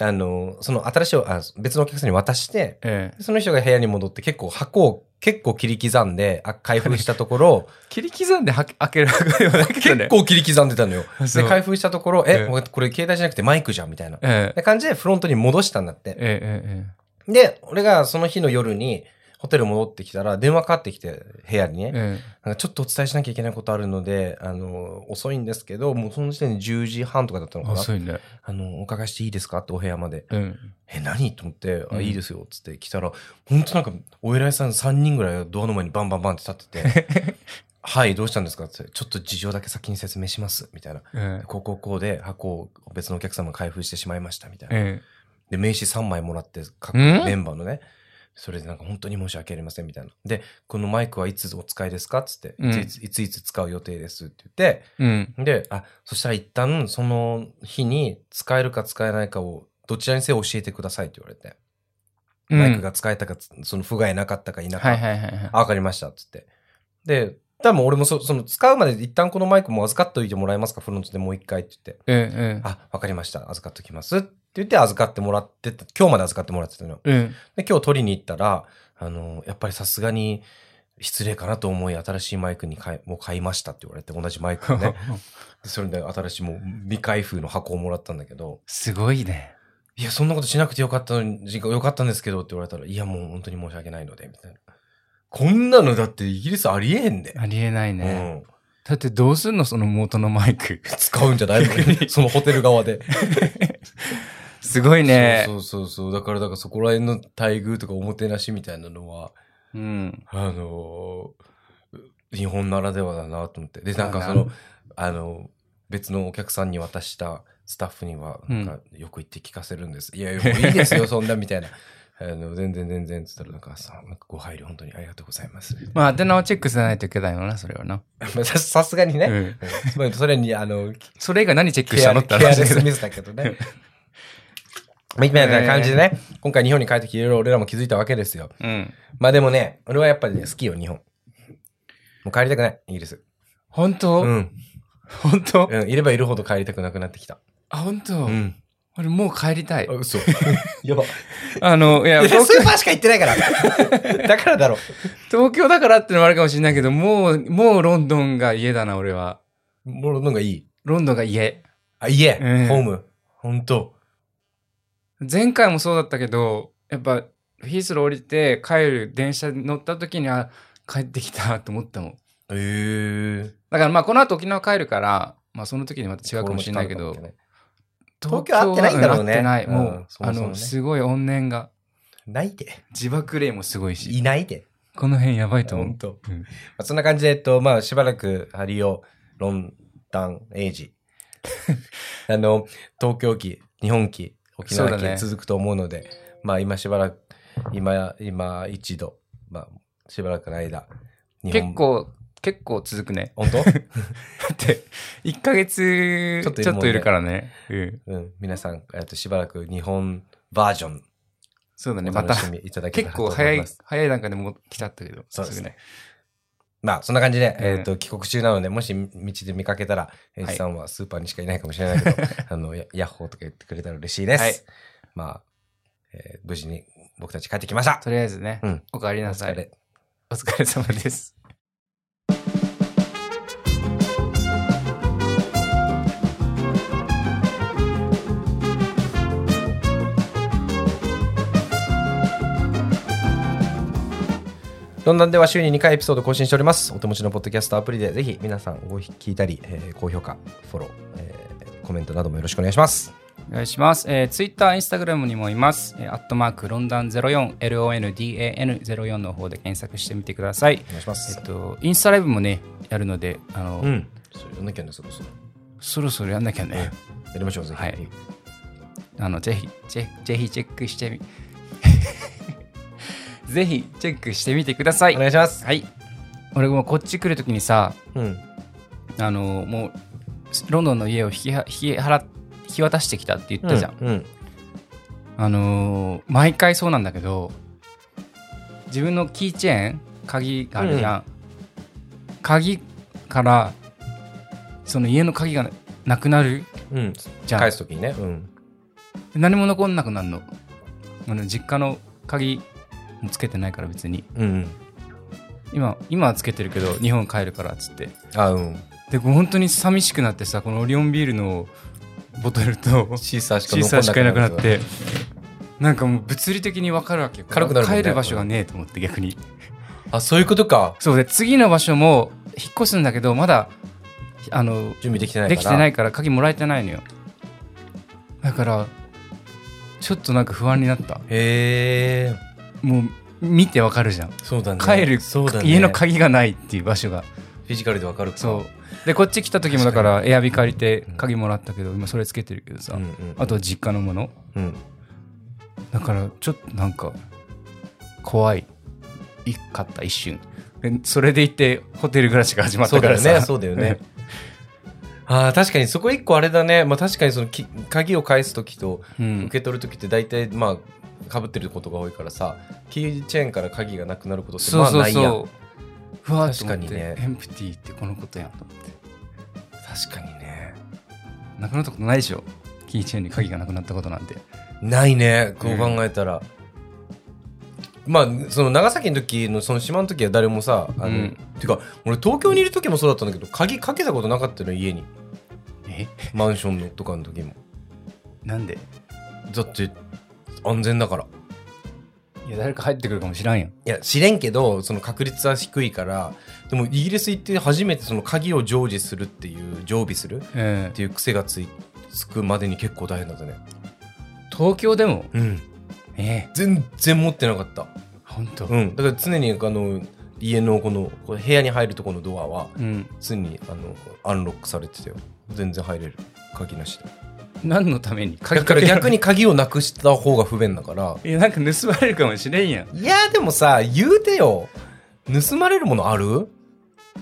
S1: あの、その新しいおあ、別のお客さんに渡して、
S2: うん。
S1: でその人が部屋に戻って結構箱を結構切り刻んで、あ開封したところ、
S2: 切り刻んではけ開けるわけではないけど ね
S1: 結。構切り刻んでた のよ。
S2: そ
S1: で、
S2: う
S1: 開封したところ、え
S2: ええ、
S1: もうこれ携帯じゃなくてマイクじゃんみたいな。
S2: ええ
S1: で感じでフロントに戻したんだって。
S2: えええ
S1: で、俺がその日の夜にホテル戻ってきたら電話かかってきて、部屋にね
S2: え。え
S1: なんかちょっとお伝えしなきゃいけないことあるので、あの、遅いんですけど、もうその時点で10時半とかだった
S2: え
S1: のかな。
S2: 遅いね。
S1: あの、お伺いしていいですかってお部屋まで。
S2: うん。
S1: え、何と思って、
S2: う
S1: あ、
S2: ん
S1: いいですよ、つって来たら、ほんとなんか、お偉いさん3人ぐらいドアの前にバンバンバンって立ってて、 はい、どうしたんですかって、ちょっと事情だけ先に説明します、みたいな。
S2: え
S1: こうこうこうで箱を別のお客様が開封してしまいました、みたいな。
S2: え
S1: で、名刺3枚もらって、各
S2: ん
S1: メンバーのね、それでなんか本当に申し訳ありませんみたいな。で、このマイクはいつお使いですかっつって、
S2: うん
S1: いついついつ使う予定ですって言って、
S2: うん。
S1: で、あ、そしたら一旦その日に使えるか使えないかをどちらにせよ教えてくださいって言われて、
S2: うん
S1: マイクが使えたか、その不具合なかったか否か、
S2: はいはいはいはい。
S1: あ、わかりましたっつって。で、多分俺もそその使うまで一旦このマイクも預かっておいてもらえますか、フロントでもう一回って言って。
S2: うん
S1: あ、わかりました。預かっておきます。って言って預かってもらってた、今日まで預かってもらってたの。
S2: うん。うん。
S1: で、今日取りに行ったら、あの、やっぱりさすがに失礼かなと思い、新しいマイクに買い、もう買いましたって言われて、同じマイクをね。でそれで新しいもう未開封の箱をもらったんだけど、
S2: すごいね。
S1: いや、そんなことしなくてよかったのに、じよかったんですけどって言われたら、いや、もう本当に申し訳ないので、みたいな。こんなのだってイギリスありえへんで。
S2: ありえない
S1: うん
S2: ね。だってどうすんのその元のマイク。
S1: 使うんじゃない
S2: 逆 に
S1: そのホテル側で。
S2: すごいね。
S1: そうそうそうそう。だから、だからそこら辺の待遇とかおもてなしみたいなのは、
S2: うん。
S1: あのー日本ならではだなと思って。で、なんか
S2: まあ
S1: その、あの別のお客さんに渡したスタッフには、なんか、よく言って聞かせるんです。いやいや、もういいですよ、そんな、みたいな。あの、全然全然、つったら、なんかさ、なんかご配慮本当にありがとうございます。
S2: まあ、宛名をチェックせないといけないよな、それはな。
S1: ささすがにね。
S2: うん
S1: つまりそれに、あの、
S2: それ以外何チェックし
S1: ケ
S2: た
S1: ア
S2: のっ
S1: レ
S2: て話です
S1: ス
S2: ね。
S1: ミスだけどね。みたいな感じでね、今回日本に帰ってきていろいろ俺らも気づいたわけですよ。
S2: うん。
S1: まあでもね、俺はやっぱりね、好きよ、日本。もう帰りたくない、イギリス。
S2: 本
S1: う
S2: 当
S1: ん。
S2: 本当
S1: うん、いればいるほど帰りたくなくなってきた。
S2: あ、本当
S1: ん。
S2: 俺もう帰りたい
S1: あ、。嘘。 やば。
S2: あの、いや、
S1: ス
S2: 僕
S1: ーパーしか行ってないから。 だからだろ。
S2: 東京だからってのもあるかもしれないけど、もう、もうロンドンが家だな、俺は。
S1: もうなんかいい。
S2: ロンドンが家。
S1: あ、家、
S2: うん
S1: ホーム。ほんと。
S2: 前回もそうだったけど、やっぱ、ヒースロー降りて帰る電車に乗った時に、あ、帰ってきたと思ったもん。
S1: ええー。
S2: だからまあ、この後沖縄帰るから、まあその時にまた違うかもしれないけど、
S1: 東京合ってないんだろうね
S2: 東京は合ってない。もう、
S1: うんそもそもね
S2: あの、すごい怨念が、
S1: ないで。
S2: 自爆霊もすごいし、
S1: いないで。
S2: この辺やばいと思
S1: 本
S2: う。
S1: 当。ま
S2: うん
S1: あ、そんな感じで、えっと、まあ、しばらく、ハリオ、ロンダン、エイジ。 あの、東京期、日本期、沖縄
S2: そうだね
S1: 期続くと思うので、まあ、今しばらく、今、今一度、まあ、しばらくの間、日本
S2: 結。構、結構続くね。
S1: 本
S2: だって、1ヶ月
S1: ちょっとい
S2: ち
S1: る
S2: ょ
S1: もんね
S2: っといるからね。うん。
S1: 当うん。皆さん、えっと、しばらく日本バージョン、
S2: そうだね、
S1: お
S2: また
S1: 楽。しみいただけたら
S2: 結
S1: と思
S2: 構
S1: います。
S2: 早い、早い段階でもう来ちゃったけど。
S1: そうですね。まあ、そんな感じで、
S2: うん
S1: えっ、と、帰国中なので、もし道で見かけたら、エイジさんはスーパーにしかいないかもしれないけど、 あの、やヤッホーとか言ってくれたら嬉しいです。
S2: はい
S1: まあ、えー無事に僕たち帰ってきました
S2: と。りあえずね、
S1: うん
S2: おかえり
S1: お
S2: なさ
S1: 疲
S2: い。
S1: れ。
S2: お疲れ様です。
S1: ロンダンでは週に2回エピソード更新しております。お手持ちのポッドキャストアプリで、ぜひ皆さんご聞いたり、えー高評価、フォロー、えーコメントなどもよろしくお願いします。
S2: お願いします。えー、Twitter、Instagram にもいます。えー、アットマーク、ロンダン04、LONDAN04 の方で検索してみてください。
S1: お願いしま
S2: え
S1: す
S2: っ。と、インスタライブもね、やるので、あの、
S1: うん。そうやんなきゃね、そろそろ。
S2: そろそろやんなきゃね。
S1: やりましょう、ぜひ。
S2: はいあの、ぜひ、ぜひ、ぜひチェックしてみ、 ぜひチェックしてみてください。
S1: お願いします。
S2: はい。俺もこっち来るときにさ、
S1: うん。
S2: あの、もう、ロンドンの家を引きは引き払引き渡してきたって言ったじゃん。
S1: うん。
S2: あのー毎回そうなんだけど自分のキーチェーン鍵があるじゃん、鍵からその家の鍵がなくなる
S1: うん。うん、
S2: じゃ
S1: 返
S2: ん
S1: すときにね。うん。
S2: 何も残んなくなるのあの実家の鍵もつけてないから別に
S1: うんうん。
S2: 今今はつけてるけど日本帰るからっつって
S1: あ、うん。
S2: でもう本当に寂しくなってさこのオリオンビールのボトルと
S1: シーサーしか
S2: 小さしか
S1: 残
S2: い
S1: ん
S2: な
S1: な
S2: く
S1: く
S2: な
S1: な
S2: っ
S1: って
S2: なんかもう物理的に分かるわけよ
S1: 軽くなるもんね
S2: 帰る場所がねえと思って逆に
S1: あそういうことか
S2: そうで次の場所も引っ越すんだけどまだあの
S1: 準備できてないから
S2: できてないいから鍵もらえてないのよだからちょっとなんか不安になった
S1: へえ
S2: もう見てわかるじゃん
S1: そうだね
S2: 帰る、
S1: そうだね
S2: 家の
S1: フ
S2: 鍵がないっていう場所が
S1: ィジカルでわかるか
S2: そうでこっち来た時もだからエアビ借りて鍵もらったけど今それつけてるけどさ、
S1: うんうん
S2: あとは実家のもの
S1: うん
S2: だからちょっとなんか怖いいかった一瞬でそれでいてホテル暮らしが始まっ
S1: そう
S2: た
S1: だ
S2: から
S1: よ
S2: さ
S1: ねそうだよ ねあー確かにそこ一個あれだね、まあ、確かにそのき鍵を返す時と
S2: うん
S1: 受け取る時って大体まあかぶってることが多いからさキーチェーンから鍵がなくなることって
S2: そう
S1: まあ
S2: そう
S1: ないやん
S2: そう。うわ
S1: 確かにね
S2: と思ってエンプティーってこのことやんと思って。
S1: 確かにね
S2: なくなったことないでしょ。キーチェーンに鍵がなくなったことなんて。
S1: ないねこう考えたら、まあその長崎の時のその島の時は誰もさあの、
S2: うん
S1: ていうか俺東京にいる時もそうだったんだけど鍵かけたことなかったの家に
S2: え
S1: マンションのとかの時も
S2: なんで
S1: だって安全だから
S2: いや、誰か入ってくるかもしらんやん。
S1: いや知れんけどその確率は低いからでもイギリス行って初めてその鍵を常時するっていう常備するっ
S2: うん
S1: ていう癖がついつくまでに結構大変だったね
S2: 東京でも
S1: うん
S2: ええ
S1: 全然持ってなかった
S2: ほんと。
S1: うんだから常にあの家のこのこう部屋に入るとこのドアは
S2: うん。
S1: 常にあのアンロックされてたよ全然入れる鍵なしで
S2: 何のために鍵
S1: だから
S2: けられ
S1: 逆に鍵をなくした方が不便だから
S2: いや、なんか盗まれるかもしれんやん。
S1: いやでもさ言うてよ盗まれるものある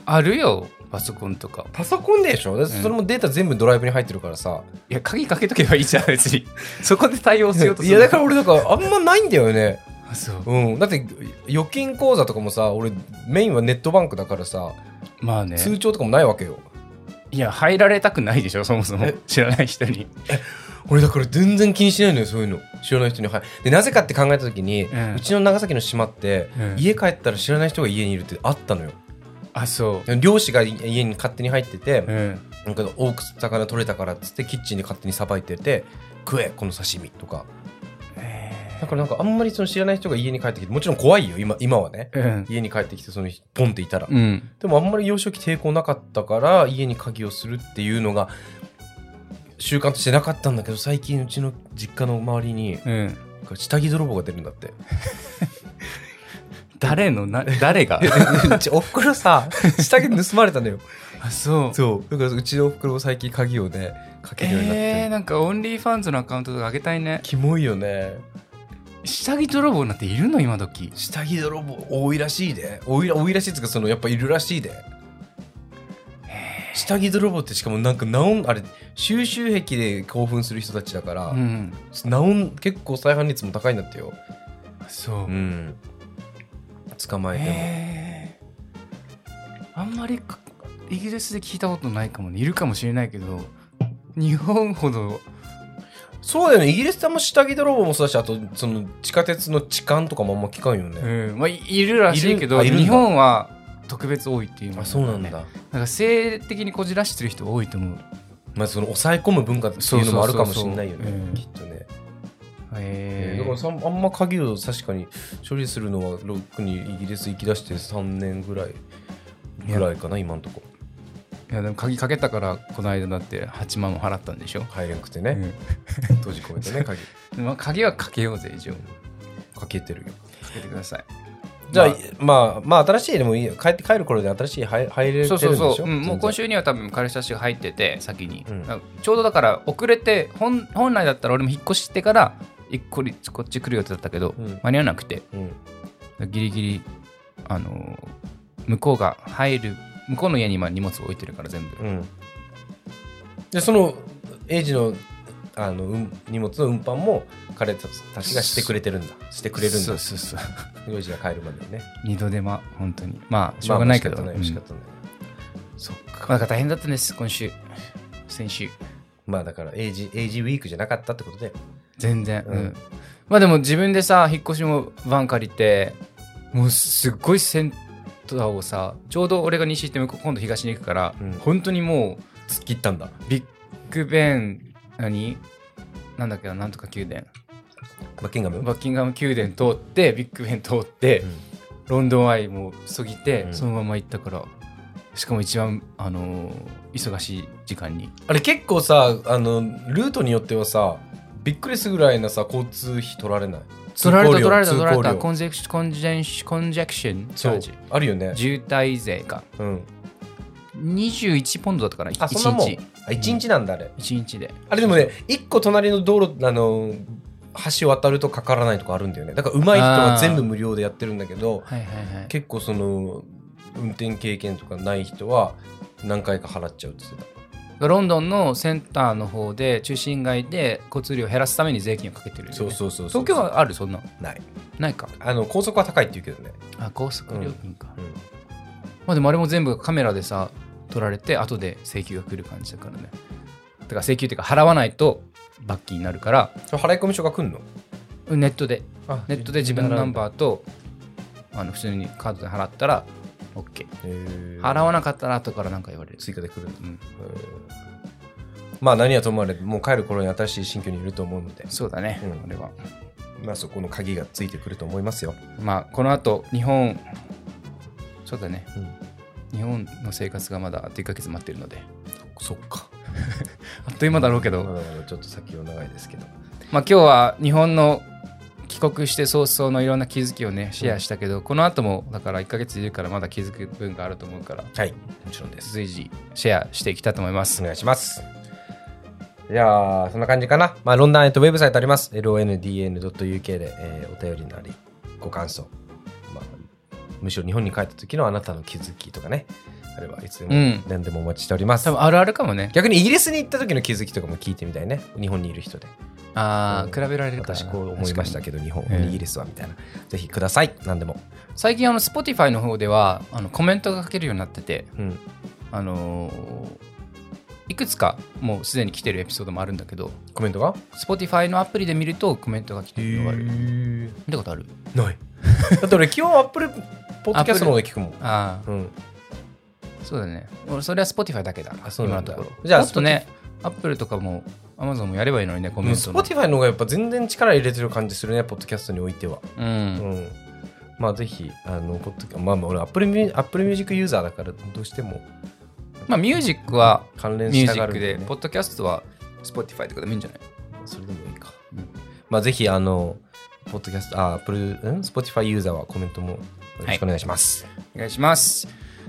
S2: あるよ、パソコンとか。
S1: パソコンでしょ、だってそれもデータ全部ドライブに入ってるからさ
S2: いや、鍵かけとけばいいじゃん、別に。 そこで対応しようとす
S1: いや
S2: る。
S1: だから俺だからあんまないんだよね
S2: あ、そう。
S1: うんだって預金口座とかもさ俺メインはネットバンクだからさ
S2: まあね。
S1: 通帳とかもないわけよ
S2: いや、入られたくないでしょ、そもそも
S1: え。
S2: 知らない人に。
S1: 俺だから全然気にしないのよそういうの知らない人にはいでなぜかって考えた時に、う
S2: うん
S1: ちの長崎の島って、
S2: うん
S1: 家帰ったら知らない人が家にいるってあったのよ
S2: あ、そう。
S1: 漁師が家に勝手に入ってて、
S2: うん。
S1: なんか多く魚取れたからっつってキッチンで勝手にさばいてて「食えこの刺身」とかだからなんかあんまりその知らない人が家に帰ってきてもちろん怖いよ今今はね
S2: うん。
S1: 家に帰ってきてその日ポンっていたら、
S2: うん。
S1: でもあんまり幼少期抵抗なかったから家に鍵をするっていうのが習慣としてなかったんだけど最近うちの実家の周りに
S2: うん。
S1: 下着泥棒が出るんだって
S2: 誰のな、誰が
S1: う ちおふくろさ下着盗まれたのよ
S2: あ、そう。
S1: そうだからうちのおふくろも最近鍵をねかけるようになって、
S2: えー、なんかオンリーファンズのアカウントとかあげたいね。
S1: キモいよね
S2: 下着泥棒なんているの今時。
S1: 下着泥棒多いらしいで多いら多いらしいっつうかそのやっぱいるらしいで下着泥棒ってしかもなんかナオンあれ収集癖で興奮する人たちだから、
S2: うん。
S1: ナオン結構再犯率も高いんだってよ
S2: そう
S1: う。ん捕まえても、
S2: えーあんまりかイギリスで聞いたことないかもねいるかもしれないけど日本ほど
S1: そうだよねイギリスでも下着泥棒もそうだしあとその地下鉄の痴漢とかもあんま聞かんよ
S2: う
S1: ね、
S2: んまあいいるらしいけ
S1: いる
S2: ど
S1: あいるんだ
S2: 日本は特別多いっていう
S1: あそうなんだ、
S2: ねなんか性的にこじらしてる人多いと思う
S1: まあその抑え込む文化っていうのもあるかもしれないよ
S2: そうそうそうそうう
S1: ね
S2: ん
S1: きっとね
S2: へ
S1: だからさあんま鍵を確かに処理するのはロックにイギリス行き出して3年ぐらいぐらいかな今んとこ
S2: いやでも鍵かけたからこの間だって8万も払ったんでしょ、
S1: 入れなくてね、閉じ込めてね鍵
S2: うんまあ、鍵はかけようぜ以上
S1: かけてるよ
S2: かけてください
S1: じゃあ
S2: ま、
S1: まあ、まあ、新しいでもいいよ。帰って帰る頃で新しい入入れてるん
S2: そ
S1: で
S2: う
S1: しょ
S2: そうそう、うん
S1: 全然
S2: もう今週には多分彼氏たちが入ってて先に、
S1: うん
S2: だからちょうどだから遅れて本本来だったら俺も引っ越してから一個りこっち来る予定だったけど、
S1: うん
S2: 間に合わなくて
S1: うん。
S2: ギリギリあのー向こうが入る向こうの家に今荷物置いてるから全部、
S1: うん。で、その、エイジの、あの、うん荷物の運搬も、彼たちがしてくれてるんだ。してくれるん
S2: そう
S1: だ。
S2: そうそう
S1: エイジが帰るまでにね。
S2: 二度手間本当にまあし
S1: まあ
S2: ょうがないけど、
S1: まあ
S2: うん
S1: 仕方ない。仕方ないそっ
S2: まあ
S1: か。
S2: だから大変だったんです今週先週
S1: まあ、だから、エイジ、エイジウィークじゃなかったってことで。
S2: 全然、うん
S1: うん
S2: まあでも自分でさ引っ越しもバン借りてもうすっごいセンターをさちょうど俺が西行って向こう今度東に行くから、
S1: うん
S2: 本当にも
S1: 突っ切ったんだ。
S2: うビッグベン何なんだっけななんとか宮殿
S1: バッキンガム
S2: バッキンガム宮殿通ってビッグベン通って、
S1: うん
S2: ロンドンアイも過ぎて、
S1: うん
S2: そのまま行ったからしかも一番、あのー忙しい時間に
S1: あれ結構さ、あの、ルートによってはさ、びっくりするぐらいなさ、交通費取られない。
S2: 取られた取られた
S1: 通行
S2: 取
S1: 料
S2: られた
S1: 通行
S2: コンジェクションコンジェンシコンジェクション
S1: 料
S2: チャージ
S1: そう。あるよね。
S2: 渋滞税か
S1: うん。
S2: 21ポンドだったから
S1: あ、そんな
S2: 1
S1: もん
S2: 日。
S1: あ、1日なんだ、あれ。
S2: 1日で
S1: あれでもね、1個隣の道路、あの、橋渡るとかからないとかあるんだよね。だから、上手い人は全部無料でやってるんだけど、
S2: はいはいはい
S1: 結構その、運転経験とかない人は、何回か払っちゃうって言ってた。
S2: ロンドンのセンターの方で中心街で交通量を減らすために税金をかけてるよね
S1: そうそうそうそう。
S2: 東京はあるそんなの
S1: ない。
S2: ないか
S1: あの、高速は高いって言うけどね。
S2: あ高速料金か、
S1: うん。
S2: まあでもあれも全部カメラでさ撮られて後で請求が来る感じだからねだから請求っていうか払わないと罰金になるから
S1: それ払い込み書が来んの
S2: ネットで
S1: あ
S2: ネットで自分のナンバーとあの普通にカードで払ったら OK
S1: ー
S2: 払わなかったら後から何か言われる
S1: 追加で来るんだ
S2: うん
S1: まあ何はともあれもう帰る頃に新しい新居にいると思うので、
S2: そうだね、
S1: うん
S2: 俺は。
S1: まあ、そこの鍵がついてくると思いますよ、
S2: まあ、この後、日本、そうだね、
S1: うん
S2: 日本の生活がまだあと1ヶ月待ってるので、
S1: そっか
S2: あっという間だろうけ
S1: ま
S2: ど、
S1: だ
S2: まあ
S1: まだちょっと先は長いですけど
S2: 今日は日本の帰国して早々のいろんな気づきをね、シェアしたけど、この後も、だから1ヶ月いるからまだ気づく部分があると思うから、
S1: はいもちろんです
S2: 随時シェアしていきたいと思います
S1: お。願いしますいやーそんな感じかな、まあ、ロンドン、えっと、ウェブサイトあります londn.uk で、えーお便りなりご感想、まあ、むしろ日本に帰った時のあなたの気づきとかねあればいつでも
S2: うん
S1: 何でもお待ちしております、
S2: 多分あるあるかもね。
S1: 逆にイギリスに行った時の気づきとかも聞いてみたいね日本にいる人で
S2: ああ、
S1: うん
S2: 比べられるからな
S1: 私こう思いましたけど日本
S2: ええ
S1: イギリスはみたいなぜひください何でも
S2: 最近、あの、Spotify の方では、あのコメントが書けるようになってて、
S1: うん
S2: あのーいくつかもうすでに来てるエピソードもあるんだけど、
S1: コメントが
S2: Spotify のアプリで見るとコメントが来てるのがある。見たことある
S1: ないだって俺基本アップルポッドキャストの方で聞くもん
S2: ああ、
S1: うん
S2: そうだね。俺、それは Spotify だけだ。
S1: あそうなんだ
S2: 今のところ。
S1: じゃあ
S2: もっとね、Apple とかもアマゾンもやればいいのにね、コメン
S1: ス
S2: ト
S1: ポ
S2: の。
S1: ティファイの方がやっぱ全然力入れてる感じするね、ポッドキャストにおいては。
S2: う。
S1: うんん。まあぜひ、あの、ポッドキャまあまあ俺、アップルミュージックユーザーだから、どうしても
S2: まあ、ミュージックは
S1: 関連
S2: ミュ
S1: し
S2: ー
S1: た
S2: ジ
S1: が
S2: ッ
S1: る
S2: ク
S1: んだ
S2: で、
S1: よね
S2: ポッドキャストは Spotify とかでもいいんじゃない
S1: それでもいいか。
S2: うん
S1: まあぜひ、あの、ポッドキャスト、あ、アップル、うん、スポティファイユーザーはコメントもよろしくお願いします。
S2: お願いします。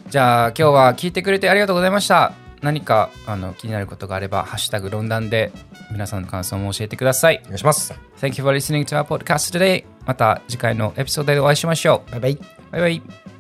S2: じゃあ、今日は聞いてくれてありがとうございました。何かあの気になることがあれば、ハッシュタグ論談で皆さんの感想も教えてください
S1: お。願いします。
S2: Thank you for listening to our podcast today. また次回のエピソードでお会いしましょ
S1: バイバイ。
S2: う。バイバイ。